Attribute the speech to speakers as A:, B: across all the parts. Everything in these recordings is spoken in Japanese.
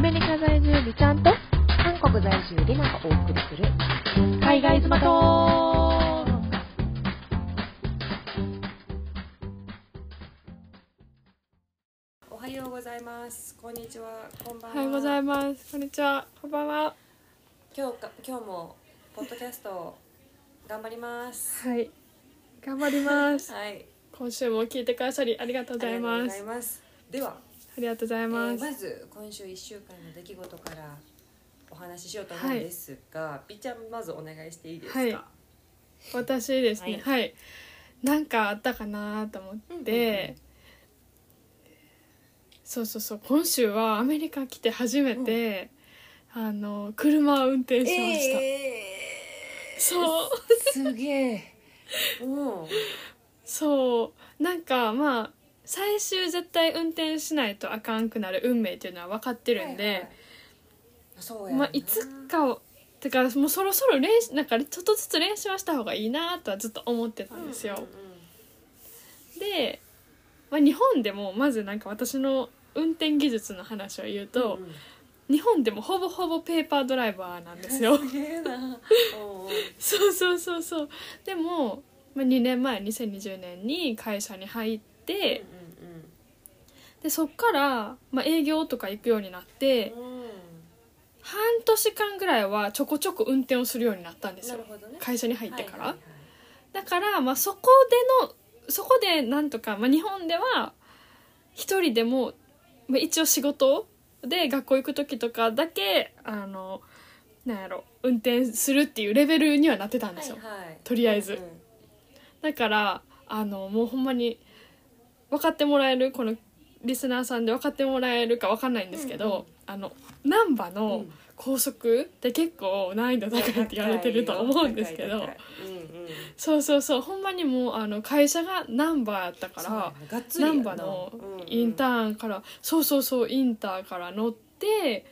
A: メリカ在住美ちゃんと
B: 韓国在住リナがお送りする
A: 海外妻と
C: おはようございます。こんにちは。こんばん
D: お
C: は。
D: はようございます。こんにちは。こんばんは。
C: 今日か今日もポッドキャスト頑張ります。
D: はい。頑張ります。
C: はい。
D: 今週も聞いてくださりありがとうござい
C: ありがとう
D: ま
C: ござい
D: す。
C: ます。では、
D: ありがとうござい
C: えー
D: ます。
C: まず今週一週間の出来事からお話ししようと思うんですが、ピ、ちゃんまずお願いしていいですか。
D: はい私ですね。はい、なんかあったかなと思って、そうそうそう。今週はアメリカ来て初めて、あの車を運転しました。そう。
B: すげえ
C: うん。
D: そうなんかまあ最終絶対運転しないとあかんくなる運命っていうのは分かってるんで、
C: はいはいそうやな。
D: まあ、いつかをてかもうそろそろ練習なんかちょっとずつ練習はした方がいいなとはずっと思ってたんですよ。
C: うん
D: で、まあ、日本でもまずなんか私の運転技術の話を言うと、
C: うんうん
D: 日本でもほぼほぼペーパードライバーなんで すよ。
C: すげえな。おうおう
D: そうそうそうそうでも、まあ、2年前2020年に会社に入ってでそっから、まあ、営業とか行くようになって
C: うんうんうん。
D: 半年間ぐらいはちょこちょこ運転をするようになったんです
C: な
D: よ
C: るほどね。
D: 会社に入ってか
C: は
D: ら。
C: いはいはい
D: だから、まあ、そこでのそこでなんとか、まあ、日本では一人でも、まあ、一応仕事で学校行く時とかだけあのなんやろ運転するっていうレベルにはなってたんですよ、
C: はいはい、
D: とりあえず
C: うんうん
D: だからあのもうほんまに分かってもらえるこのリスナーさんで分かってもらえるか分かんないんですけど、
C: うんうん
D: あの難波の高速って結構難易度高いって言われてると思うんですけど。
C: 高い高いうんうん
D: そうそうそうほんまにもうあの会社がナンバーやったか
C: そうや
D: ら
C: ながっつり
D: ナ
C: やな
D: ンバーのインターンから、そうそうそうインターから乗って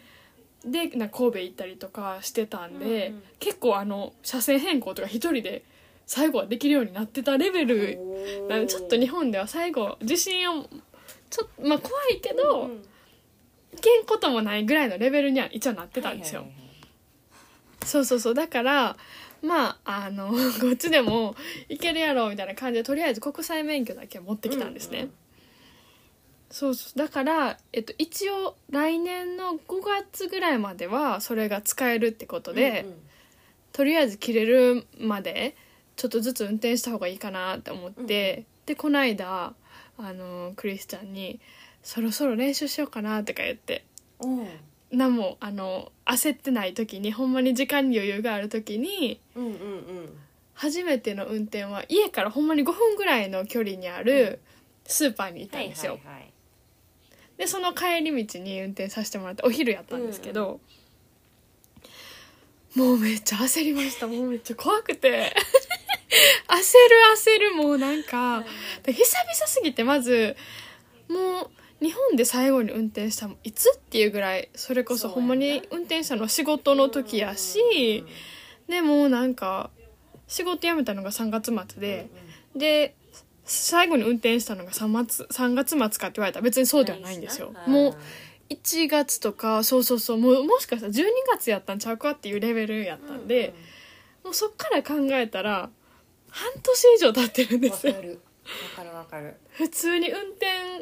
D: でな神戸行ったりとかしてたんで、
C: うんうん
D: 結構あの車線変更とか一人で最後はできるようになってたレベ
C: うん
D: ル
C: うん
D: なんでちょっと日本では最後自信をちょっとまあ怖いけ
C: お
D: ど、
C: ーう
D: い
C: ん
D: けんこともないぐらいのレベルには一応なってたんですよ。
C: はいはい
D: そうそうそうだからまああの こっちでもいけるやろみたいな感じでとりあえず国際免許だけ持ってきたんですね、
C: うんうん
D: そうそうだから、えっと、一応来年の5月ぐらいまではそれが使えるってこと
C: はい
D: で、
C: うんうん
D: とりあえず切れるまでちょっとずつ運転した方がいいかなって思って、でこないだあのクリスちゃんに「そろそろ練習しようかな」とか言って
C: うん
D: 何もあの焦ってない時にほんまに時間に余裕がある時に
C: うんうん
D: 初めての運転は家からほんまに5分ぐらいの距離にあるスーパーにいたんですよ、
C: はいはい
D: でその帰り道に運転させてもらってお昼やったんですけど、もうめっちゃ焦りましたもうめっちゃ怖くて焦る焦るもうなんか、で久々すぎてまずもう日本で最後に運転したのいつっていうぐらいそれこ
C: そ
D: そ
C: うや
D: ほ
C: なん
D: まに運転したの仕事の時やし、でもうなんか仕事辞めたのが3月末で、で最後に運転したのが 3, 月3月末かって言われたら別にそうではないんですよ。もう1月とかそうそうそうもうもしかしたら12月やったんちゃうかっていうレベルやったんで、もうそっから考えたら半年以上経ってるんで
C: わ
D: す
C: か
D: よ。
C: るわかるわかる
D: 普通に運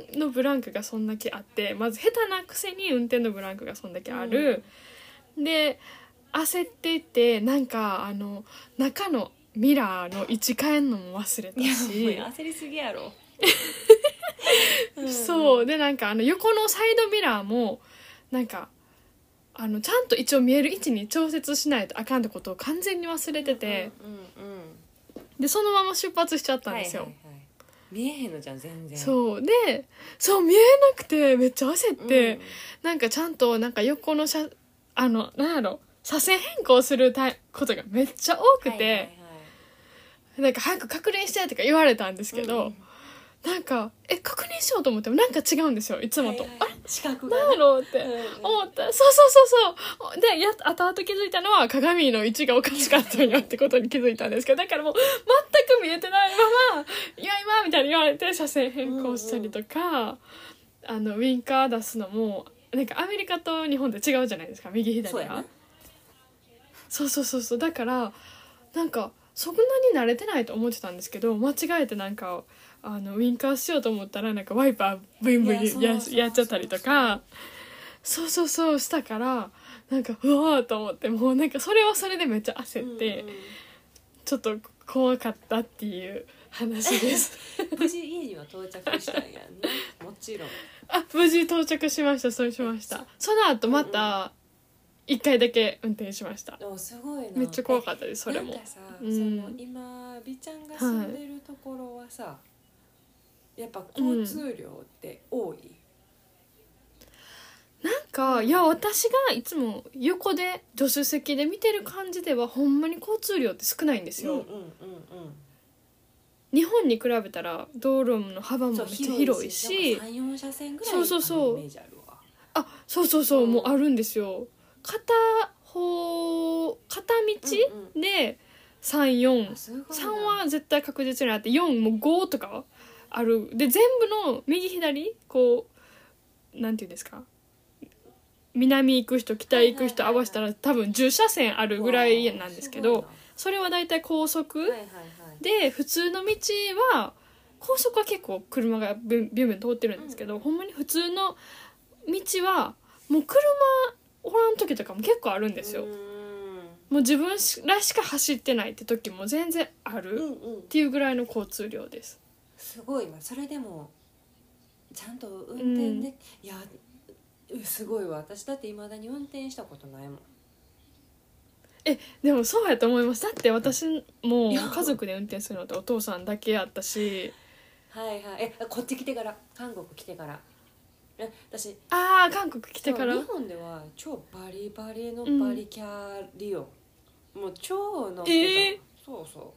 D: 転のブランクがそんだけあってまず下手なくせに運転のブランクがそんだけある、で焦っていてなんかあの中のミラーの位置変えんのも忘れたし
C: 焦りすぎやろ
D: そうでなんかあの横のサイドミラーもなんかあのちゃんと一応見える位置に調節しないとあかんってことを完全に忘れてて、
C: うんうんうん
D: でそのまま出発しちゃったんですよ。
C: はいはいはい見えへんのじゃん全然う
D: そうでそう見えなくてめっちゃ焦って。
C: ん
D: なんかちゃんとなんか横の車あのなんやろ車線変更するタイことがめっちゃ多くて、
C: はいはいはい
D: なんか早く確認してとか言われたんですけ
C: う
D: ど、
C: ん
D: なんかえ確認しようと思ってもなんか違うんですよいつもと、
C: はいはいはい視覚
D: あ
C: がね
D: れなんやろうって
C: うんうん
D: 思ったそうそうそうそうでや後々気づいたのは鏡の位置がおかしかったんやってことに気づいたんですけどだからもう全く見えてないまま「いや今」みたいに言われて車線変更したりとか、あのウインカー出すのもなんかアメリカと日本で違うじゃないですか右左
B: そう
D: が
B: やな
D: そうそうそうそうだからなんかそんなに慣れてないと思ってたんですけど間違えてなんかあのウインカーしようと思ったらなんかワイパーブインブ
B: いやそ
D: イ
B: う
D: や
B: そう
D: やっちゃったりとかそうそうそうしたからなんかうわーと思ってもうなんかそれはそれでめっちゃ焦って、ちょっと怖かったっていう話です
B: うん無事家には到着したんやんねもちろん
D: あ無事到着しましたそうしましたその後また一回だけ運転しました
B: でもすごいな
D: めっちゃ怖かったですそれも
B: なんかさ、
D: うん
B: その今美ちゃんが住んでるところはさ、やっぱ交通量って多い、
D: なんかいや私がいつも横で助手席で見てる感じではほんまに交通量って少ないんです
B: うん
D: よ、
B: うんうん
D: 日本に比べたら道路の幅
B: う
D: も
B: ん
D: め
B: そう
D: っちゃ広いし
B: なんか34車線ぐらい
D: そうそうそう
B: あのイメージあるわ
D: あそうそうそう、
B: うん
D: もうあるんですよ片方片
B: うん
D: 道で343
B: あすごいな
D: は絶対確実にあって4も5とかあるで全部の右左こうなんていうんですか南行く人北行く人
B: はい
D: 合
B: はいはいはい
D: わせたら多分10車線あるぐらいなんですけ
B: わ
D: ど
B: あ
D: それは大体高
B: すごい
D: 速
B: なはいはいはい
D: で普通の道は高速は結構車がビュンビュンビュン通ってるんですけど、ほんまに普通の道はもう車おらん時とかも結構あるんですよ、
B: う
D: も
B: ん
D: う自分らしか走ってないって時も全然あ
B: う
D: る
B: んうん
D: っていうぐらいの交通量です
B: すごいなそれでもちゃんと運転で、いやうんすごいわ私だっていまだに運転したことないもん
D: でもそうやと思いますだって私も
B: いや
D: 家族で運転するのってお父さんだけやったし
B: はいはいえこっち来てから韓国来てからえ私
D: ああ韓国来てから
B: 日本では超バリバリのバリキャリオン、もう超乗ってた、
D: えー
B: そうそ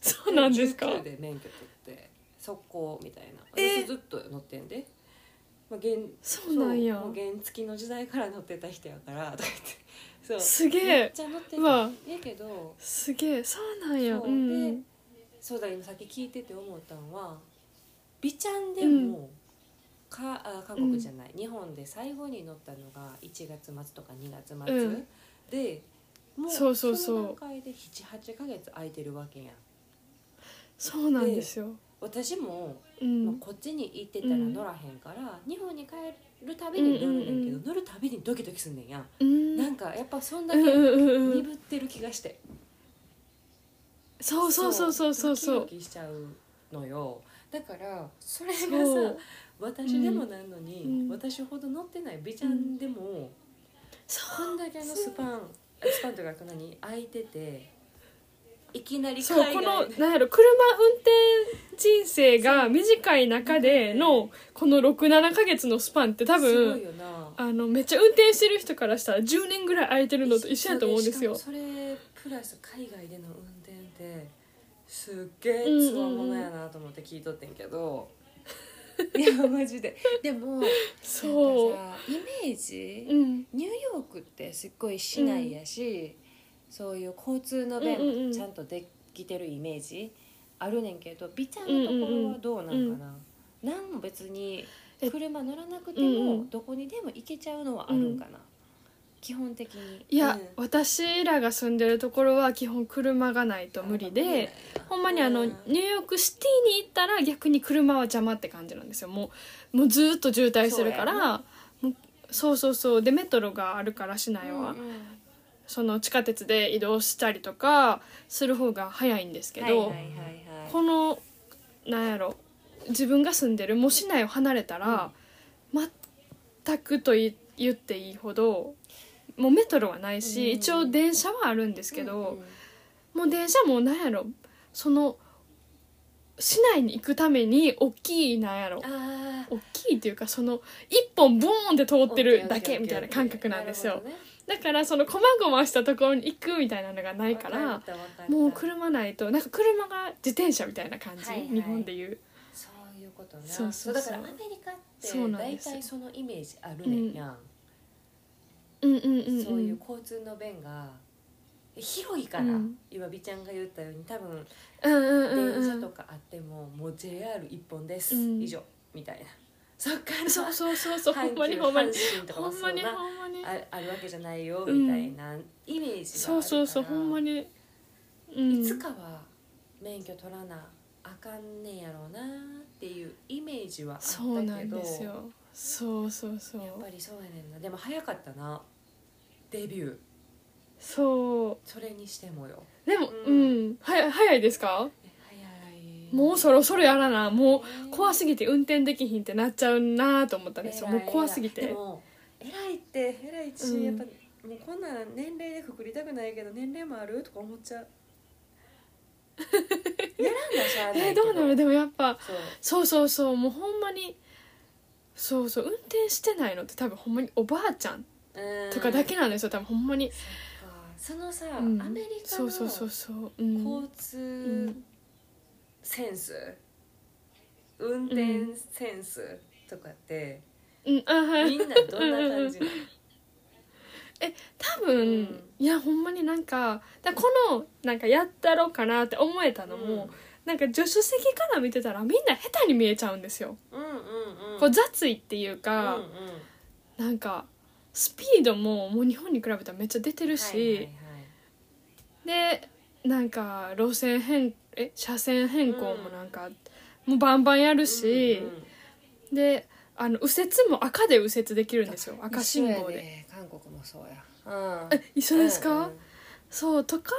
D: そううなんですか
B: 19で免許取って速攻みたいな
D: えー
B: 私ずっと乗ってんで、まあ、現
D: そうなんや
B: そうもう原付きの時代から乗ってた人やからとか言ってそう
D: すげ
B: めっ
D: え
B: ちゃ乗って
D: うわ
B: たええけど
D: すげえそうなんや
B: そううん
D: う
B: で
D: ん
B: そうだ今さっき聞いてて思ったのは美ちゃんでも、かあ韓国じゃない、日本で最後に乗ったのが1月末とか2月末、
D: うん
B: でもう
D: そうそうそう
B: の段階で78ヶ月空いてるわけやん
D: そうなんですよ、
B: 私も、
D: う
B: まあ
D: ん、
B: こっちに行ってたら乗らへんから、日本に帰るたびに乗るねんけど、
D: うんうんうん
B: 乗るたびにドキドキすんねんやん、
D: うん
B: なんかやっぱそんだ
D: う
B: け
D: んうんうんうん
B: 鈍ってる気がして、
D: そうそうそうそうそうそ
B: ド
D: う
B: キドキしちゃうのよだからそれが
D: そう
B: さ私でもないのに、
D: うん
B: 私ほど乗ってない美ちゃんでも、こんだけのスパンスパンというか何空いてていきなり海
D: そう
B: 外
D: こ
B: に
D: のなんやろ車運転人生が短い中でのこの67ヶ月のスパンって多
B: すごい
D: 分
B: よな
D: あのめっちゃ運転してる人からしたら10年ぐらい空いてるのと一緒やと思うんですよ
B: しかもそれプラス海外での運転ってすっげえつわものやなと思って聞いとってんけど、いやマジで
E: でも
D: そう
E: なんかさイメージ、
D: うん
E: ニューヨークってすっごい市内やし、そういう交通の便
D: うんうんうん
E: もちゃんとできてるイメージあるねんけど美ちゃんのところはどうなんかな、
D: うんうん
E: なんも別に
D: え
E: 車乗らなくて
D: うんう
E: も
D: ん
E: どこにでも行けちゃうのはあるんかな、基本的に
D: いや、
B: うん
D: 私らが住んでるところは基本車がないと無理でほんまにあの、
B: う
D: ニューヨークシティに行ったら逆に車は邪魔って感じなんですよもうもうずーっと渋滞するから
B: そう
D: もうそうそうそうでメトロがあるから市内は、
B: うんうん
D: その地下鉄で移動したりとかする方が早いんですけど、
E: はいはいはいはい
D: このなんやろ自分が住んでるもう市内を離れたら、全くとい言っていいほどもうメトロはないし、
B: うん
D: 一応電車はあるんですけど、
B: うんうん
D: もう電車もなんやろその市内に行くために大きいなんやろ
B: あ
D: 大きいっていうかその一本ボーンって通
B: ー
D: ってるだけみたいな感覚なんですよ、だからその細々したところに行くみたいなのがな
B: ない
D: からもう車ないとなんか車が自転車みたいな感じ、
B: はいはい
D: 日本でいう
B: そういうことな
D: そうそうそう
B: だからアメリカ
D: そう
B: っ
D: な
B: て
D: ん
B: 大
D: ですよ
B: 体そのイメージあるねんやん、
D: うんうんうん、
B: そういう交通の便が広いから、
D: うん
B: 今美ちゃんが言ったように多分
D: うんうんうんうん
B: 電車とかあっても、もう JR 一本です、
D: うん
B: 以上みたいなそっから
D: そうそうそう そうほんまにほんまにほんまに
B: あ
D: ほんまに
B: あるわけじゃないよみたいなイメージがあるから
D: そうそうそうほんまにうん
B: いつかは免許取らなあかんねんやろうなっていうイメージはあったけど
D: そうなんですよそうそうそう
B: やっぱりそうやねんなでも早かったなデビュー
D: そ
B: それにしてもよ
D: うでも
B: う
D: うんんはや早いですか
B: え早い
D: もうそろそろやらなもう怖
B: す
D: すぎて運転できひんってなっちゃうなと思ったん
B: ぎ
D: ですよもう怖すぎ
B: で
D: て
B: も偉いって偉いし、
D: うん
B: やっぱもうこんなん年齢でくくりたくないけど年齢もあるとか思っち ゃうやらんだしゃあない
D: え
B: け
D: どうなるでもやっぱ
B: そう
D: そうそうそうもうほんまにそうそう運転してないのって多分ほんまにおばあちゃん
B: うん
D: とかだけなんですよ多分ほんまに、
B: そっかそのさ、
D: うん
B: アメリカ
D: そう
B: の
D: そうそうそう、うん、
B: 交通センス、運転センスとかって、
D: うんあはい
B: みんなどんな感じなの
D: 多分、
B: うん
D: いやほんまになんかだこのなんかやったろうかなって思えたのも、なんか助手席から見てたらみんな下手に見えちゃうんですよ、
B: うんうんうん
D: こう雑いっていうか、
B: うんうん
D: なんかスピードももう日本に比べたらめっちゃ出てるし、
B: はいはいはい
D: でなんか路線変え車線変更もなんか、もうバンバンやるし、
B: うんうん
D: であの右折も赤で右折できるんですよ赤信
B: 一
D: 号
B: 緒や
D: で。
B: ね韓国もそうや、うん
D: え一緒ですか、
B: うんうん
D: そうとか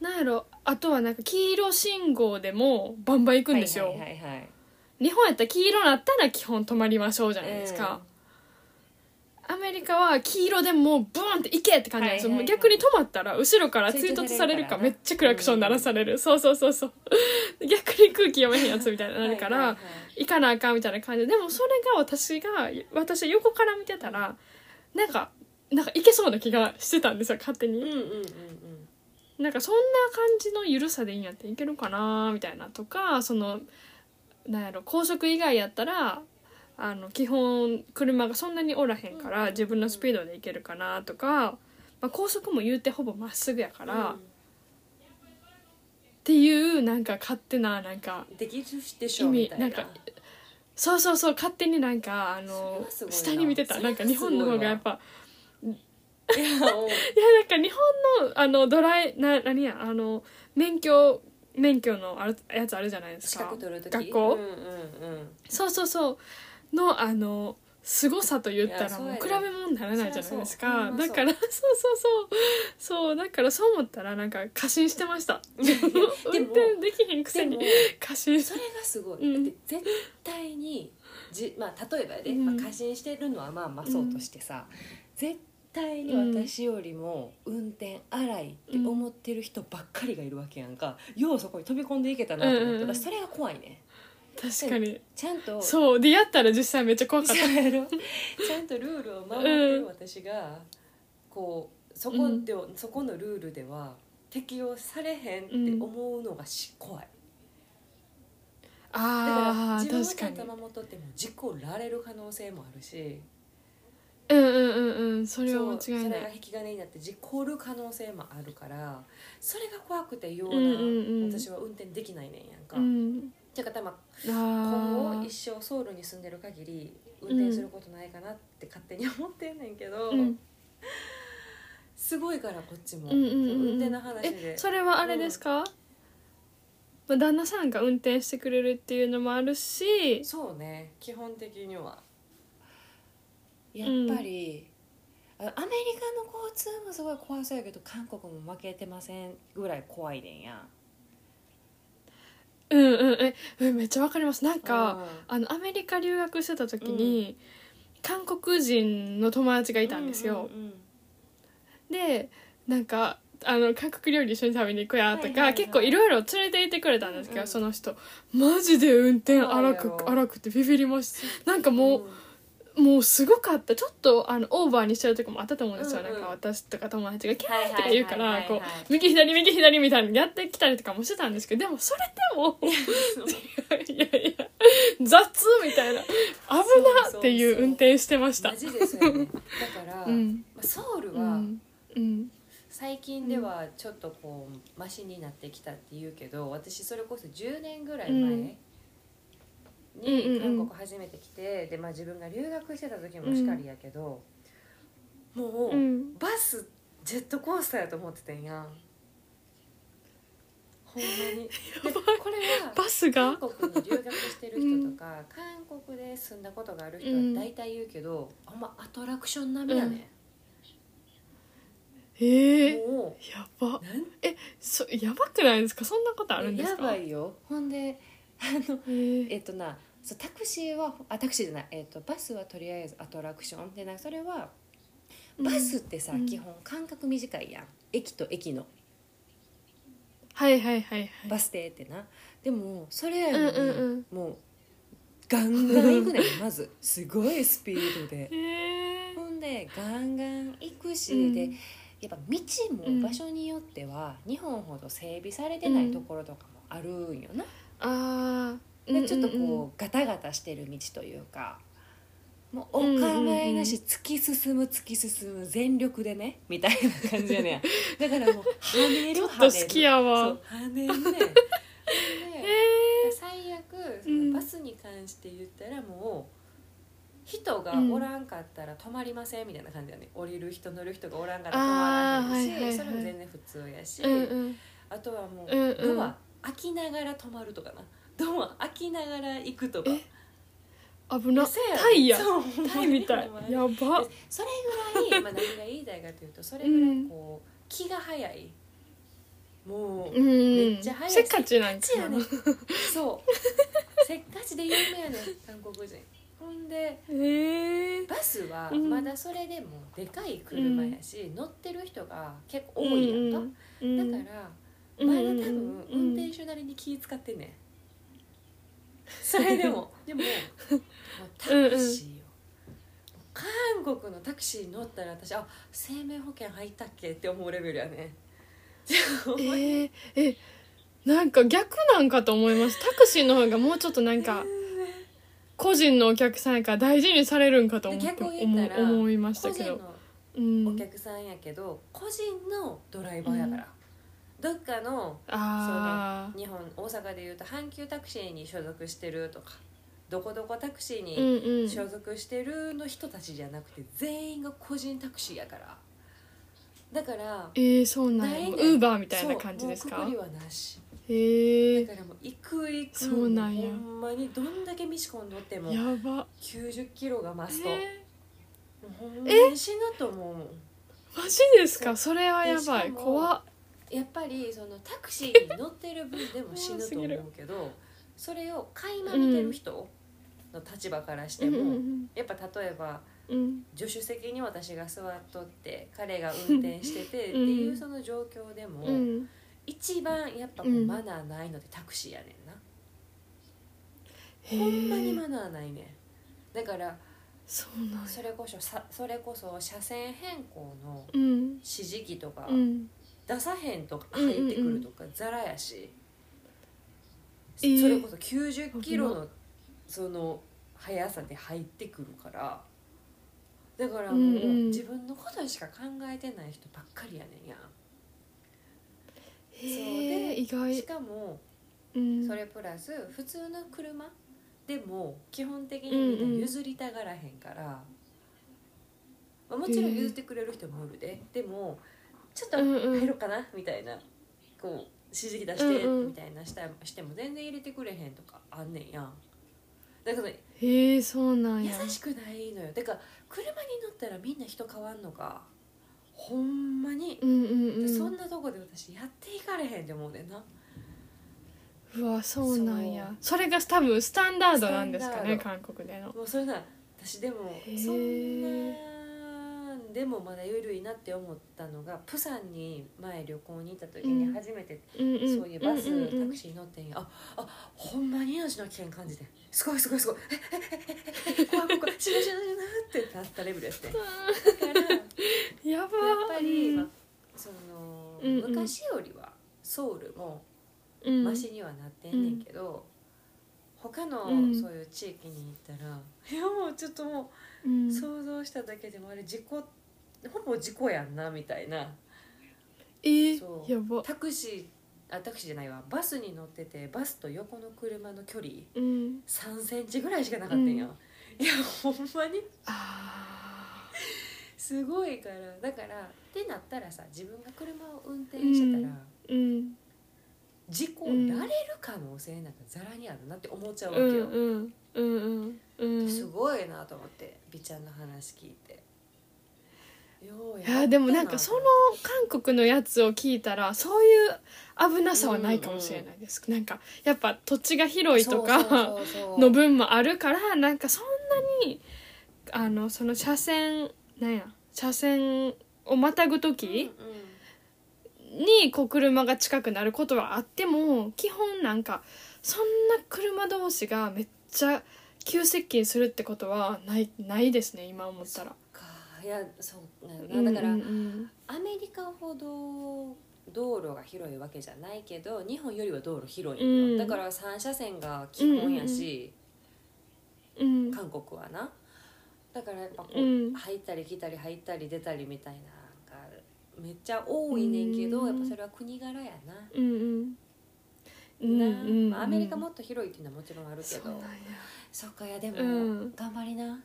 D: なんやろあとはなんか黄色信号でもバンバン行くんですよ、
B: はいはいはいはい
D: 日本やったら黄色なったら基本止まりましょうじゃないですか、アメリカは黄色でもうブーンって行けって感じなんですよ、
B: はいはいはい
D: もう逆に止まったら後ろから追
B: 追
D: 突
B: 突
D: さ
B: さ
D: れ
B: れ
D: る
B: る
D: か
B: から
D: めっちゃクラクション鳴らされる、そうそうそうそう逆に空気読めへんやつみたいになるから
B: はいはいはい
D: 行かなあかんみたいな感じででもそれが私が私は横から見てたらなんかなんか行けそうな気がしてたんですよ勝手に、
B: うんうんうんうん
D: なんかそんな感じの緩さでいいんやっていけるかなみたいなとかそのなんやろ高速以外やったらあの基本車がそんなにおらへんから自分のスピードでいけるかなとか、まあ、高速も言うてほぼまっすぐやから、っ
B: う
D: ていうなんか勝手ななんか
B: んできるでしょみたいな
D: 意 味なんかそうそうそう勝手になんかあの
B: それはすごいな
D: 下に見てたなんか日本の方がやっぱ
B: いや おう
D: いやなんか日本のあのドライな何やあの免許免許のあるやつあるじゃないです
B: 資
D: か
B: 格取る時
D: 学校
B: うんうんうん
D: そうそうそうのあの凄さと言った
B: いや
D: ら
B: そう
D: もう
B: や
D: 比
B: ね
D: べ物にならないじゃないです
B: そりゃ
D: か
B: そう
D: だからそうそうそうそうだからそう思ったらなんか過信してました運
B: でも
D: 転できへんくせ
B: で
D: に
B: も
D: 過信
B: それがすごい、
D: うん
B: だって絶対にじ、まあ、例えばやで、
D: うん
B: まあ、過信してるのはまあまあそうとしてさ、絶対に私よりも運転荒いって思ってる人ばっかりがいるわけやんか、ようそこに飛び込んでいけたなと思って、
D: うんうんうん
B: 私それが怖いね
D: 確かに
B: ちゃんと
D: そうでやったら実際めっちゃ怖かっ
B: そう
D: た
B: やろちゃんとルールを守ってる私が、こうそこでは、そこのルールでは適用されへんって思うのがし怖い。だから
D: あ
B: 自
D: ー
B: 分を
D: 確
B: ちゃ
D: か
B: ん
D: に
B: と守っとっても事故られる可能性もあるし
D: うんうんうんうんそ
B: そ
D: れは
B: うそ
D: 間違いな
B: れが
D: い
B: 引き金になって事故る可能性もあるからそれが怖くてような、
D: うんうんうん
B: 私は運転できないねんやんか。
D: うん
B: ていうか多分
D: あー
B: 今後一生ソウルに住んでる限り運転することないかなって勝手に思ってんねんけど、
D: うん
B: すごいからこっちも、
D: うんうんうん
B: 運
D: う
B: 転
D: ん
B: の話
D: え
B: で。
D: それはあれですか、まあ、旦那さんが運転してくれるっていうのもあるし
B: そうね基本的にはや
D: ん
B: っぱり、あアメリカの交通もすごい怖そうやけど韓国も負けてませんぐらい怖いねんや
D: うんうんえうんめっちゃわかりますなんか、
B: うん
D: あのアメリカ留学してた時に、韓国人の友達がいたんですよ、
B: うんうんうん
D: でなんかあの韓国料理一緒に食べに行くやとか、
B: はいはいはい
D: 結構いろいろ連れて行ってくれたんですけど、
B: うんうん
D: その人マジで運転
B: そう
D: 荒
B: よ
D: く荒くてビビりましたなんかもう、もうすごかったちょっとあのオーバーにしてるとこもあったと思うんですよ、
B: うんうん
D: なんか私とか友達が「キャ
B: はい
D: ー」
B: は
D: とか
B: いはいはい
D: 言うからこ
B: はいう
D: 右左右左みたいなのやってきたりとかもしてたんですけどでも それでもいやいや雑みたいな危なっていう運転してました
B: マジですよねだから、
D: うん
B: まあ、ソウル
D: う
B: は
D: んうん
B: 最近ではちょっとこうマシになってきたって言うけど私それこそ10年ぐらい前
D: うん
B: に、
D: うん
B: に
D: うんうん
B: 韓国初めて来てで、まあ、自分が留学してた時もしかりやけど、もう、
D: うん
B: バスジェットコースターやと思っててんやんほんま にでこれは
D: バスが
B: 韓国に留学してる人とか、韓国で住んだことがある人は大体言うけど、あんまアトラクション並みやね、
D: ええ
B: も
D: やば
B: うなん
D: そやばくないですかそんなことあるんです
B: や
D: か
B: ばいよほんで
D: え
B: え
D: ー
B: っとなそうタクシーはあタクシーじゃない、えっとバスはとりあえずアトラクションでなそれはバスってさ、
D: うん
B: 基本間隔短いやん駅と駅の
D: はいはいはいはい
B: バス停ってなでもそれや
D: う
B: の
D: ん
B: に、
D: うんうん
B: もうガンガン行 くねんまずすごいスピードで
D: ええ
B: ほんでガンガン行くし、
D: うん
B: でやっぱ道
D: うん
B: も場所によっては日本ほど整備されてないところとかもあるんよな、
D: ああ
B: でちょっとこうガタガタしてる道というかもうお構いなし突き進む突き進む全力でねみたいな感じやねん だからもう跳ねる
D: ちょっ
B: 跳
D: と
B: ね
D: 好
B: る
D: きや
B: そ
D: わ
B: う跳ね るねで
D: え
B: 最悪そ
D: うん
B: のバスに関して言ったらもう人がおらんかったら止まりませんみたいな感じやね降りる人乗る人がおらんから止まらないし、
D: あーはいはいはい
B: それも全然普通やし、
D: えうんうん
B: あとはも
D: う
B: う、
D: んうん
B: ドア開きながら止まるとかなドア開きながら行くとか
D: え危な
B: せや
D: タイや
B: そう
D: タイみたい
B: ほんまに
D: やば
B: それぐらい、まあ、何が言いたいかというとそれぐらいこう、気が早いもう、
D: うん
B: めっちゃ早い
D: せっかちなん
B: せ
D: か
B: っかちや
D: な
B: ねんそうせっかちで有名やねん韓国人ほんで
D: ええ
B: バスは
D: うん
B: まだそれでもでかい車やし、乗ってる人が結構多いやんか、
D: うん
B: だから前は多
D: う
B: 分
D: ん
B: 運転手なりに気使ってんねんそれ でもでももうタクシーよ韓国のタクシーに乗ったら私あ生命保険入ったっけって思うレベルやね
D: えー、えなんか逆なんかと思いますタクシーの方がもうちょっとなんか個人のお客さんやから大事にされるんかと思って
B: 逆を言っ
D: 思
B: たら
D: 思いまし
B: 個
D: たけ
B: 人
D: ど、
B: の
D: うん、
B: お客さんやけど、個人のドライバーやから、どっかの
D: ああ
B: 日本大阪でいうと阪急タクシーに所属してるとかどこどこタクシーに
D: うんうん
B: 所属してるの人たちじゃなくて全員が個人タクシーやからだから
D: えー、そうなんや
B: ない
D: ウ
B: ね
D: ーバーみたいな感じです
B: そう
D: か
B: もうくくりはなし
D: えー
B: だ、からもう行く行く
D: そうなんや
B: ほんまにどんだけミシコン乗っても
D: やば
B: 90キロがマスト、
D: え
B: ほんまに死ぬと思うもん
D: ー、マジですかそれはやば
B: で
D: い
B: しかも
D: 怖っ
B: やっぱりそのタクシーに乗ってる分でも死ぬと思うけどそれを垣間見てる人の立場からしても、
D: うん
B: やっぱ例えば
D: うんうん
B: 助手席に私が座っとって彼が運転しててっていうその状況でも、
D: うんうん
B: 一番やっぱこ
D: う
B: うんマナーないのでタクシーやねんな、
D: へ
B: ほんまに
D: ー
B: マナーないねんだから
D: そうなんや
B: それこそさそれこそ車線変更の
D: うん
B: 指示器とか
D: うん
B: 出さへんとか
D: うんうん
B: 入ってくるとかザラやし、
D: えー
B: それこそ90キロのその速さで入ってくるからだからもう
D: うんうん
B: 自分のことしか考えてない人ばっかりやねんや
D: へえ
B: で
D: 意
B: んし
D: 外、
B: かも
D: うん、
B: それプラス普通の車でも基本的にみんな譲りたがらへんから、まあもちろん譲ってくれる人もおるで、でもちょっと
D: うんうん
B: 入ろうかなみたいなこう指示器出して
D: うんうん
B: みたいなしたしても全然入れてくれへんとかあんねんやんだから
D: へえそうなんや
B: 優しくないのよだから車に乗ったらみんな人変わんのかほんまに、
D: うんうんうん
B: そんなとこで私やっていかれへんって思うねんな
D: うわそうなんやそれが多分スタンダードなんですかね
B: スタ
D: 韓国での
B: もうそれな私でも
D: へー
B: そんなんでもまだ緩いなって思ったのがプサンに前旅行に行った時
D: う
B: に
D: ん
B: 初めて
D: うんうん
B: そういうバス、
D: うんうんう
B: タ
D: ん
B: クシーに乗ってんやああほんまに命の危険感じてすごいすごいすごいえええええ怖い怖い怖い死ぬ死ぬ死ぬってなったレベルやってだからやっ
D: やば
B: ぱり、
D: うん
B: まあその、
D: うんうん
B: 昔よりはソウルも
D: うん
B: マシにはなってんねんけど、他の
D: うん
B: そういう地域に行ったら、いやもうちょっともう
D: うん
B: 想像しただけでもあれ事故ほぼ事故やんなみたいな
D: えー
B: そう
D: やば
B: タクシーあタクシーじゃないわバスに乗っててバスと横の車の距離
D: うん
B: 3センチぐらいしかなかったんや、いやほんまに
D: あ
B: すごいからだからってなったらさ自分が車を運転してたら、
D: ーうん
B: 事故られる可能性なんかざらにあるなって思っちゃうわ
D: う
B: け
D: ん
B: よ、
D: うんうんうんうん
B: すごいなと思って美ちゃんの話聞いてようや
D: いやでもなんかその韓国のやつを聞いたらそういう危なさはないかもしれないです、なんかやっぱ土地が広いとか
C: そうそうそうそう
D: の分もあるからなんかそんなにあのその車線なんや車線をまたぐ時
B: うんうん
D: にこう車が近くなることはあっても基本なんかそんな車同士がめっちゃ急接近するってことはないないですね今思ったら。
B: かいやそうなんだだから、
D: うんうん
B: アメリカほど道路が広いわけじゃないけど日本よりは道路広いんよ、
D: うん
B: だから3車線が基本やし、
D: うんうん
B: 韓国はなだからやっぱこう、
D: うん
B: 入ったり来たり入ったり出たりみたいなのがめっちゃ多いねんけど、
D: うん
B: やっぱそれは国柄やな、
D: うんうんうん
B: な
D: うん
B: まあ、アメリカもっと広いっていうのはもちろんあるけ
D: そう
B: ど
D: なんや
B: そっかいやでも、
D: うん
B: 頑張りな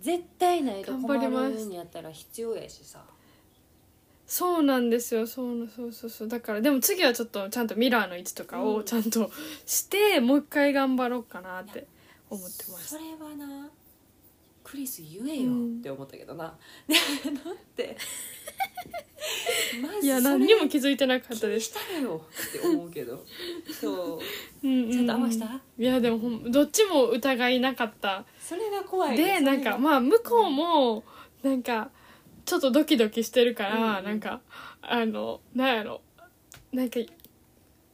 B: 絶対ないと困
D: 頑張ります
B: るんやったら必要やしさ
D: そうなんですよそうそうそうそうだからでも次はちょっとちゃんとミラーの位置とか
B: う
D: を
B: ん
D: ちゃんとして、もう一回頑張ろうかなって思ってま
B: そ
D: す
B: れはなクリス言えよって思ったけどな、 ねだ ってマ
D: いや何にも気づいてなかったで
B: ですしたよって思うけ どそう
D: うんうんうん
B: ちゃんと合わした、
D: いやでもほんどっちも疑いなかった
B: それが怖い
D: でなんかまあ向こうもなんかちょっとドキドキしてるから、
B: うん
D: なんかあのなんやろなんか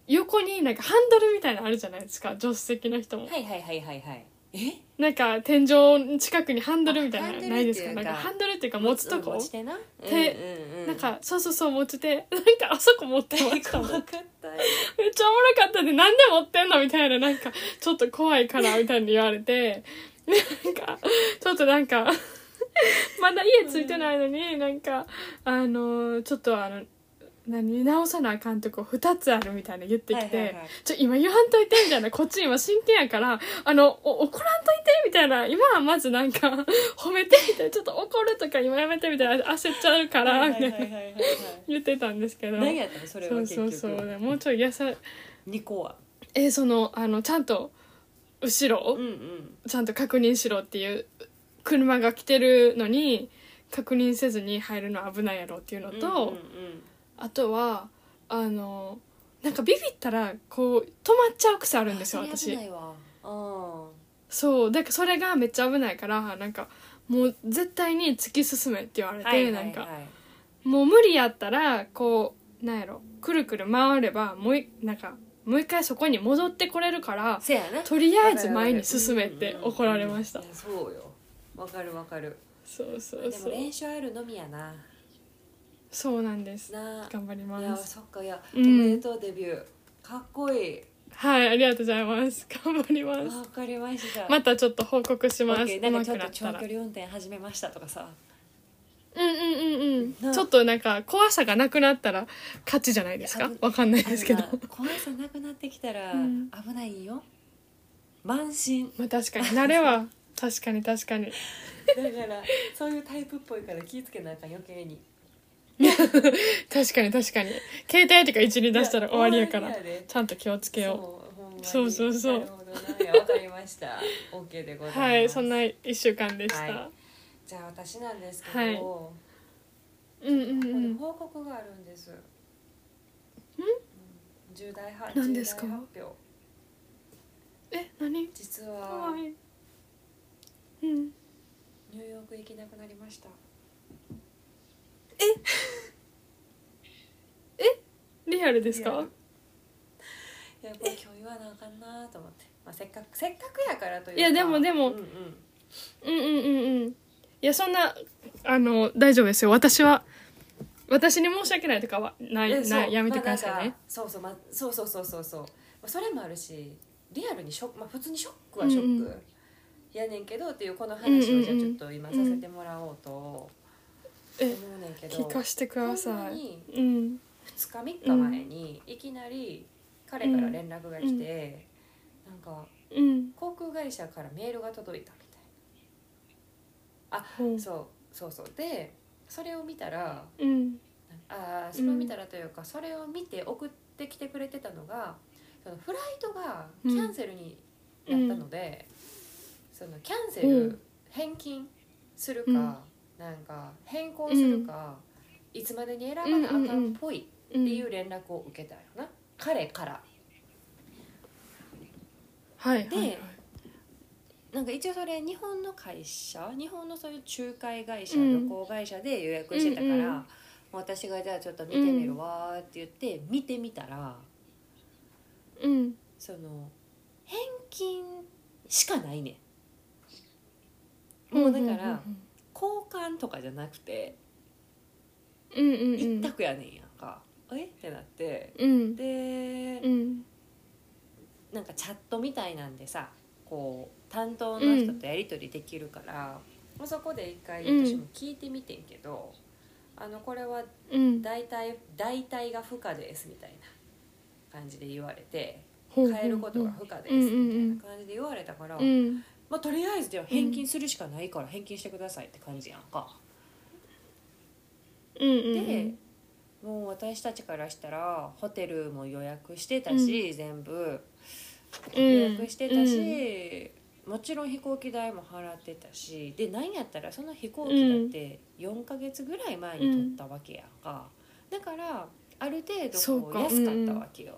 D: 横になんかハンドルみたいなのあるじゃないですか助手席の人も、
B: はいはいはいはいはいえ
D: なんか天井近くにハンドルみたいな
B: あハンド
D: の
B: ルっていうか
D: ないですかなんかハンドルっていうか持つとこ
B: 持ち手な
D: 手
B: うんうんうん、
D: なんかそうそうそう持ちてなんかあそこ持ってま
B: え
D: したも
B: 怖
D: ん
B: か
D: め
B: っ
D: った
B: よ
D: ちゃおもろかったでなんで持ってんのみたいななんかちょっと怖いからみたいに言われてなんかちょっとなんか まだ家ついてないのになんかあのちょっとあの何直さなあかんとこ2つあるみたいな言ってき
C: は
D: て、
C: いはいはい
D: ちょ今言わんといてみたいなこっち今真剣やからあのお怒らんといてみたいな今はまずなんか 褒めてみたいなちょっと怒るとか今やめてみたいな焦っちゃうか
C: は
D: ら
C: い
D: み
C: は
D: た
C: いは
D: いない
C: はいはい
D: 言ってたんですけど
C: 何やったのそれは
D: そう
C: 結
D: そう
C: 局
D: そうもうちょいやさ
C: 2個は
D: えそのあのちゃんと後ろを
C: んうん
D: ちゃんと確認しろっていう車が来てるのに確認せずに入るのは危ないやろっていうのと、
C: うんうん
D: あとはあのなんかビビったらこう止まっちゃう癖あるんですよ
B: あそれ
D: 私
B: 危ないわうん
D: そうだからそれがめっちゃ危ないからなんかもう絶対に突き進めって言われて、
C: はいは
D: なん
C: い
D: か
C: はい
D: もう無理やったらこうなんやろくるくる回ればもういなんかもう一回そこに戻ってこれるから
C: せやな
D: とりあえず前に進めって怒られました
B: いやそうよわかるわかる
D: そうそ
B: で
D: うそ
B: も
D: う
B: 練習あるのみやな
D: そうなんです
B: なあ
D: 頑張り
B: いや
D: ます
B: そっかいや、
D: うん
B: おめでとうデビューかっこいい
D: はいありがとうございます 頑張りま
B: わ
D: す
B: かりました
D: またちょっと報告し
C: オ
D: ます
C: ッケー
D: う
C: な
D: ま
C: んかちょ
D: く
C: っと
D: なった
C: 長
D: ら
C: 距
D: うん
C: 離運転始めましたとかさ
D: うんうんう
C: なんあ
D: ちょっとなんか怖さがなくなったら勝ちじゃないですか
C: いや
D: わかんないですけど
C: あのな怖さなくなってきたら
D: うん
C: 危ないよ慢心
D: まあ確かに慣れ は確かに確かに
B: だからそういうタイプっぽいから気ぃつけなあかん余計に
D: 確かに確かに携帯とか一に出したら終わりやか
B: い
D: ら
B: や終わりやで
D: ちゃんと気をつけよ
B: そうほんまに
D: そうそうそう
B: なるほどないやわかりました OK で
D: う
B: ございます
D: はいそんな一週間でした、
B: はじゃあ私なんですけど、
D: はい
B: こ
D: うんうん
B: こ
D: う
B: で
D: ん
B: 報告があるんです、うん、重大発
D: 何ですか
B: 重大発表
D: え何
B: 実
D: か
B: は
D: わいいうん
B: ニューヨーク行けなくなりました
D: リアルです
B: リア
D: か
B: ルいやこれ今日言わなあかんなと思って、まあ、せっかくせっかくやからというか
D: いやでもでも
B: うんうん、
D: うんうんうんうんいやそんなあの大丈夫ですよ私は私に申し訳ないとかはない
B: え
D: ないやめて
B: まあ
D: ください
B: なん
D: ね
B: か、そうそう、まあ、そうそうそうそうそうまあそれもあるしリアルにショック、まあ、普通にショックはショック、
D: うんう
B: やねんけどっていうこの話をじゃあ
D: うんうん
B: ち
D: う
B: ょっ
D: ん
B: と今させてもらおうと思
D: え
B: うねんけど、
D: 聞かしてくだ
B: ほん
D: さ
B: ま
D: い
B: に
D: うん
B: 2日3日前にいきなり彼から連絡が来て、なんか
D: うん
B: 航空会社からメールが届いたみたい
D: ほう
B: なそうそうそうでそれを見たら
D: うん
B: あーそれを見たらというか、それを見て送ってきてくれてたのがそのフライトがキャンセルになったので、そのキャンセル、
D: うん
B: 返金するか、
D: うん
B: なんか変更するか、いつまでに選ばなあかんっぽい
D: うん
B: っていう連絡を受けたよな、彼から。
D: はいはいはい
B: でなんか一応それ日本の会社日本のそういう仲介会社、
D: うん
B: 旅行会社で予約してたから、
D: うんうん
B: もう私がじゃあちょっと見てみるわーって言って見てみたら
D: うん
B: その返金しかないねんもうだから交換とかじゃなくて
D: うんうんうん
B: 一択やねんやんか、えってなって
D: うん
B: で
D: うん
B: なんかチャットみたいなんでさこう担当の人とやり取りできるから、まあそこで一回
D: うん
B: 私も聞いてみてんけど、あのこれは
D: うん
B: 大体代替が不可ですみたいな感じで言われて
D: ほうほうほう
B: 変えることが不可です
D: うん
B: み
D: うんうん
B: たいな感じで言われたから、
D: うん
B: まあ、とりあえずでは返金するしかないから返金してくださいって感じやんか。
D: うんうんうん
B: でもう私たちからしたらホテルも予約してたし、全部
D: う
B: 予
D: ん
B: 約してたし、もちろん飛行機代も払ってたしで何やったらその飛行機だって4ヶ月ぐらい前に取ったわけやんか、だからある
D: そう
B: 程度こ
D: か
B: う安かったわけよ、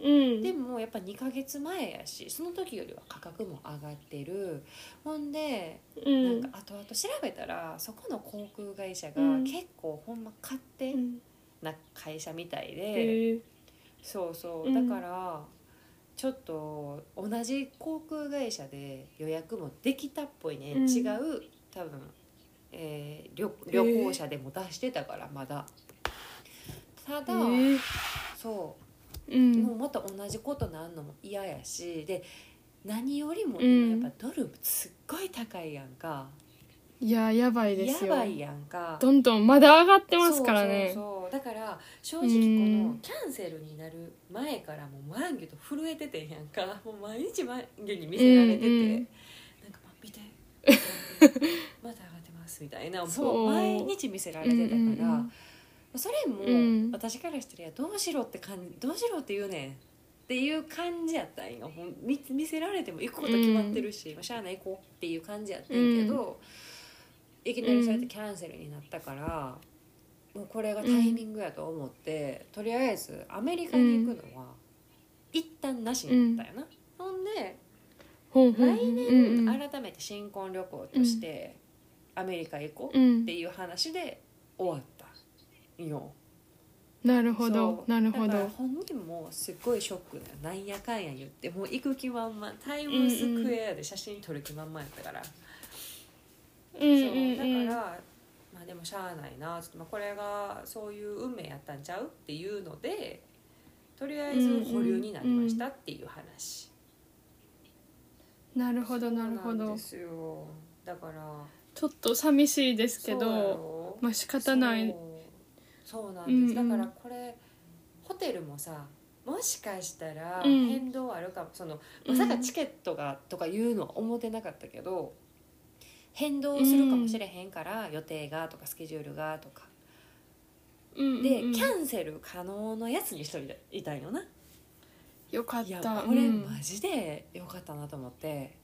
D: うん
B: でもやっぱ2ヶ月前やしその時よりは価格も上がってるほんで
D: うん
B: なんか後々調べたらそこの航空会社
D: う
B: が
D: ん
B: 結構ほんま勝手
D: うん
B: な会社みたいで、
D: へえ
B: そうそううんだからちょっと同じ航空会社で予約もできたっぽいね、
D: うん
B: 違う多分、えー旅旅行者でも出してたからまだ。ただ、
D: へえ
B: そうもうんまた同じことなんのも嫌やしで何よりも
D: うん
B: 今やっぱドルすっごい高いやんか、
D: いややばいですよ
B: やばいやんか
D: どんどんまだ上がってますからね
B: そうそうそうだから正直
D: う
B: こ
D: ん
B: のキャンセルになる前からもう眉毛と震えててんやん かもう毎日眉毛に見せられてて、
D: うんうん
B: なんかまあ見 て見てまた上がってますみたいな
D: そう
B: もう毎日見せられてたから、
D: うんうんうん
B: それも
D: うん
B: 私からしたらどうしろって感じどうしろって言うねんっていう感じやったんよほん見見せられても行くこと決まってるし、まあしゃあない行こうっていう感じやったんやけど、いきなりそうやってキャンセルになったから、もうこれがタイミングやと思って、とりあえずアメリカに行くのは一旦なしになったよな。ほんで
D: ほうほう
B: 来
D: うんうん
B: 年改めて新婚旅行としてアメリカ行こう
D: う
B: っ
D: ん
B: ていう話で終わったんよ。
D: なるほど
B: そう
D: なるほ
B: だから
D: ど
B: 本人もすっごいショックだよなんやかんや言ってもう行く気満々タイムスクエアで写真撮る気満々やったから、
D: うんうん
B: そううんだからまあでもしゃあないなちょっとまあこれがそういう運命やったんちゃうっていうのでとりあえず保留になりましたっていう話、
D: なるほどなるほ
B: そうなん
D: ど
B: ですよだから
D: ちょっと寂しいですけ
B: そうや
D: ど
B: ろ
D: まあ仕方ない
B: そうそうなんで
D: うん
B: す、
D: うん
B: だからこれホテルもさもしかしたら
D: うん
B: 変動あるかも、その
D: う
B: ま
D: ん
B: さかチケットがとかいうのは思ってなかったけど変動するかもしれへんから、予定がとかスケジュールがとか
D: うんうん
B: で、
D: うん
B: キャンセル可能のやつに一人でいたんよな
D: よかっ
B: いや
D: た
B: これ
D: うん
B: マジでよかったなと思って、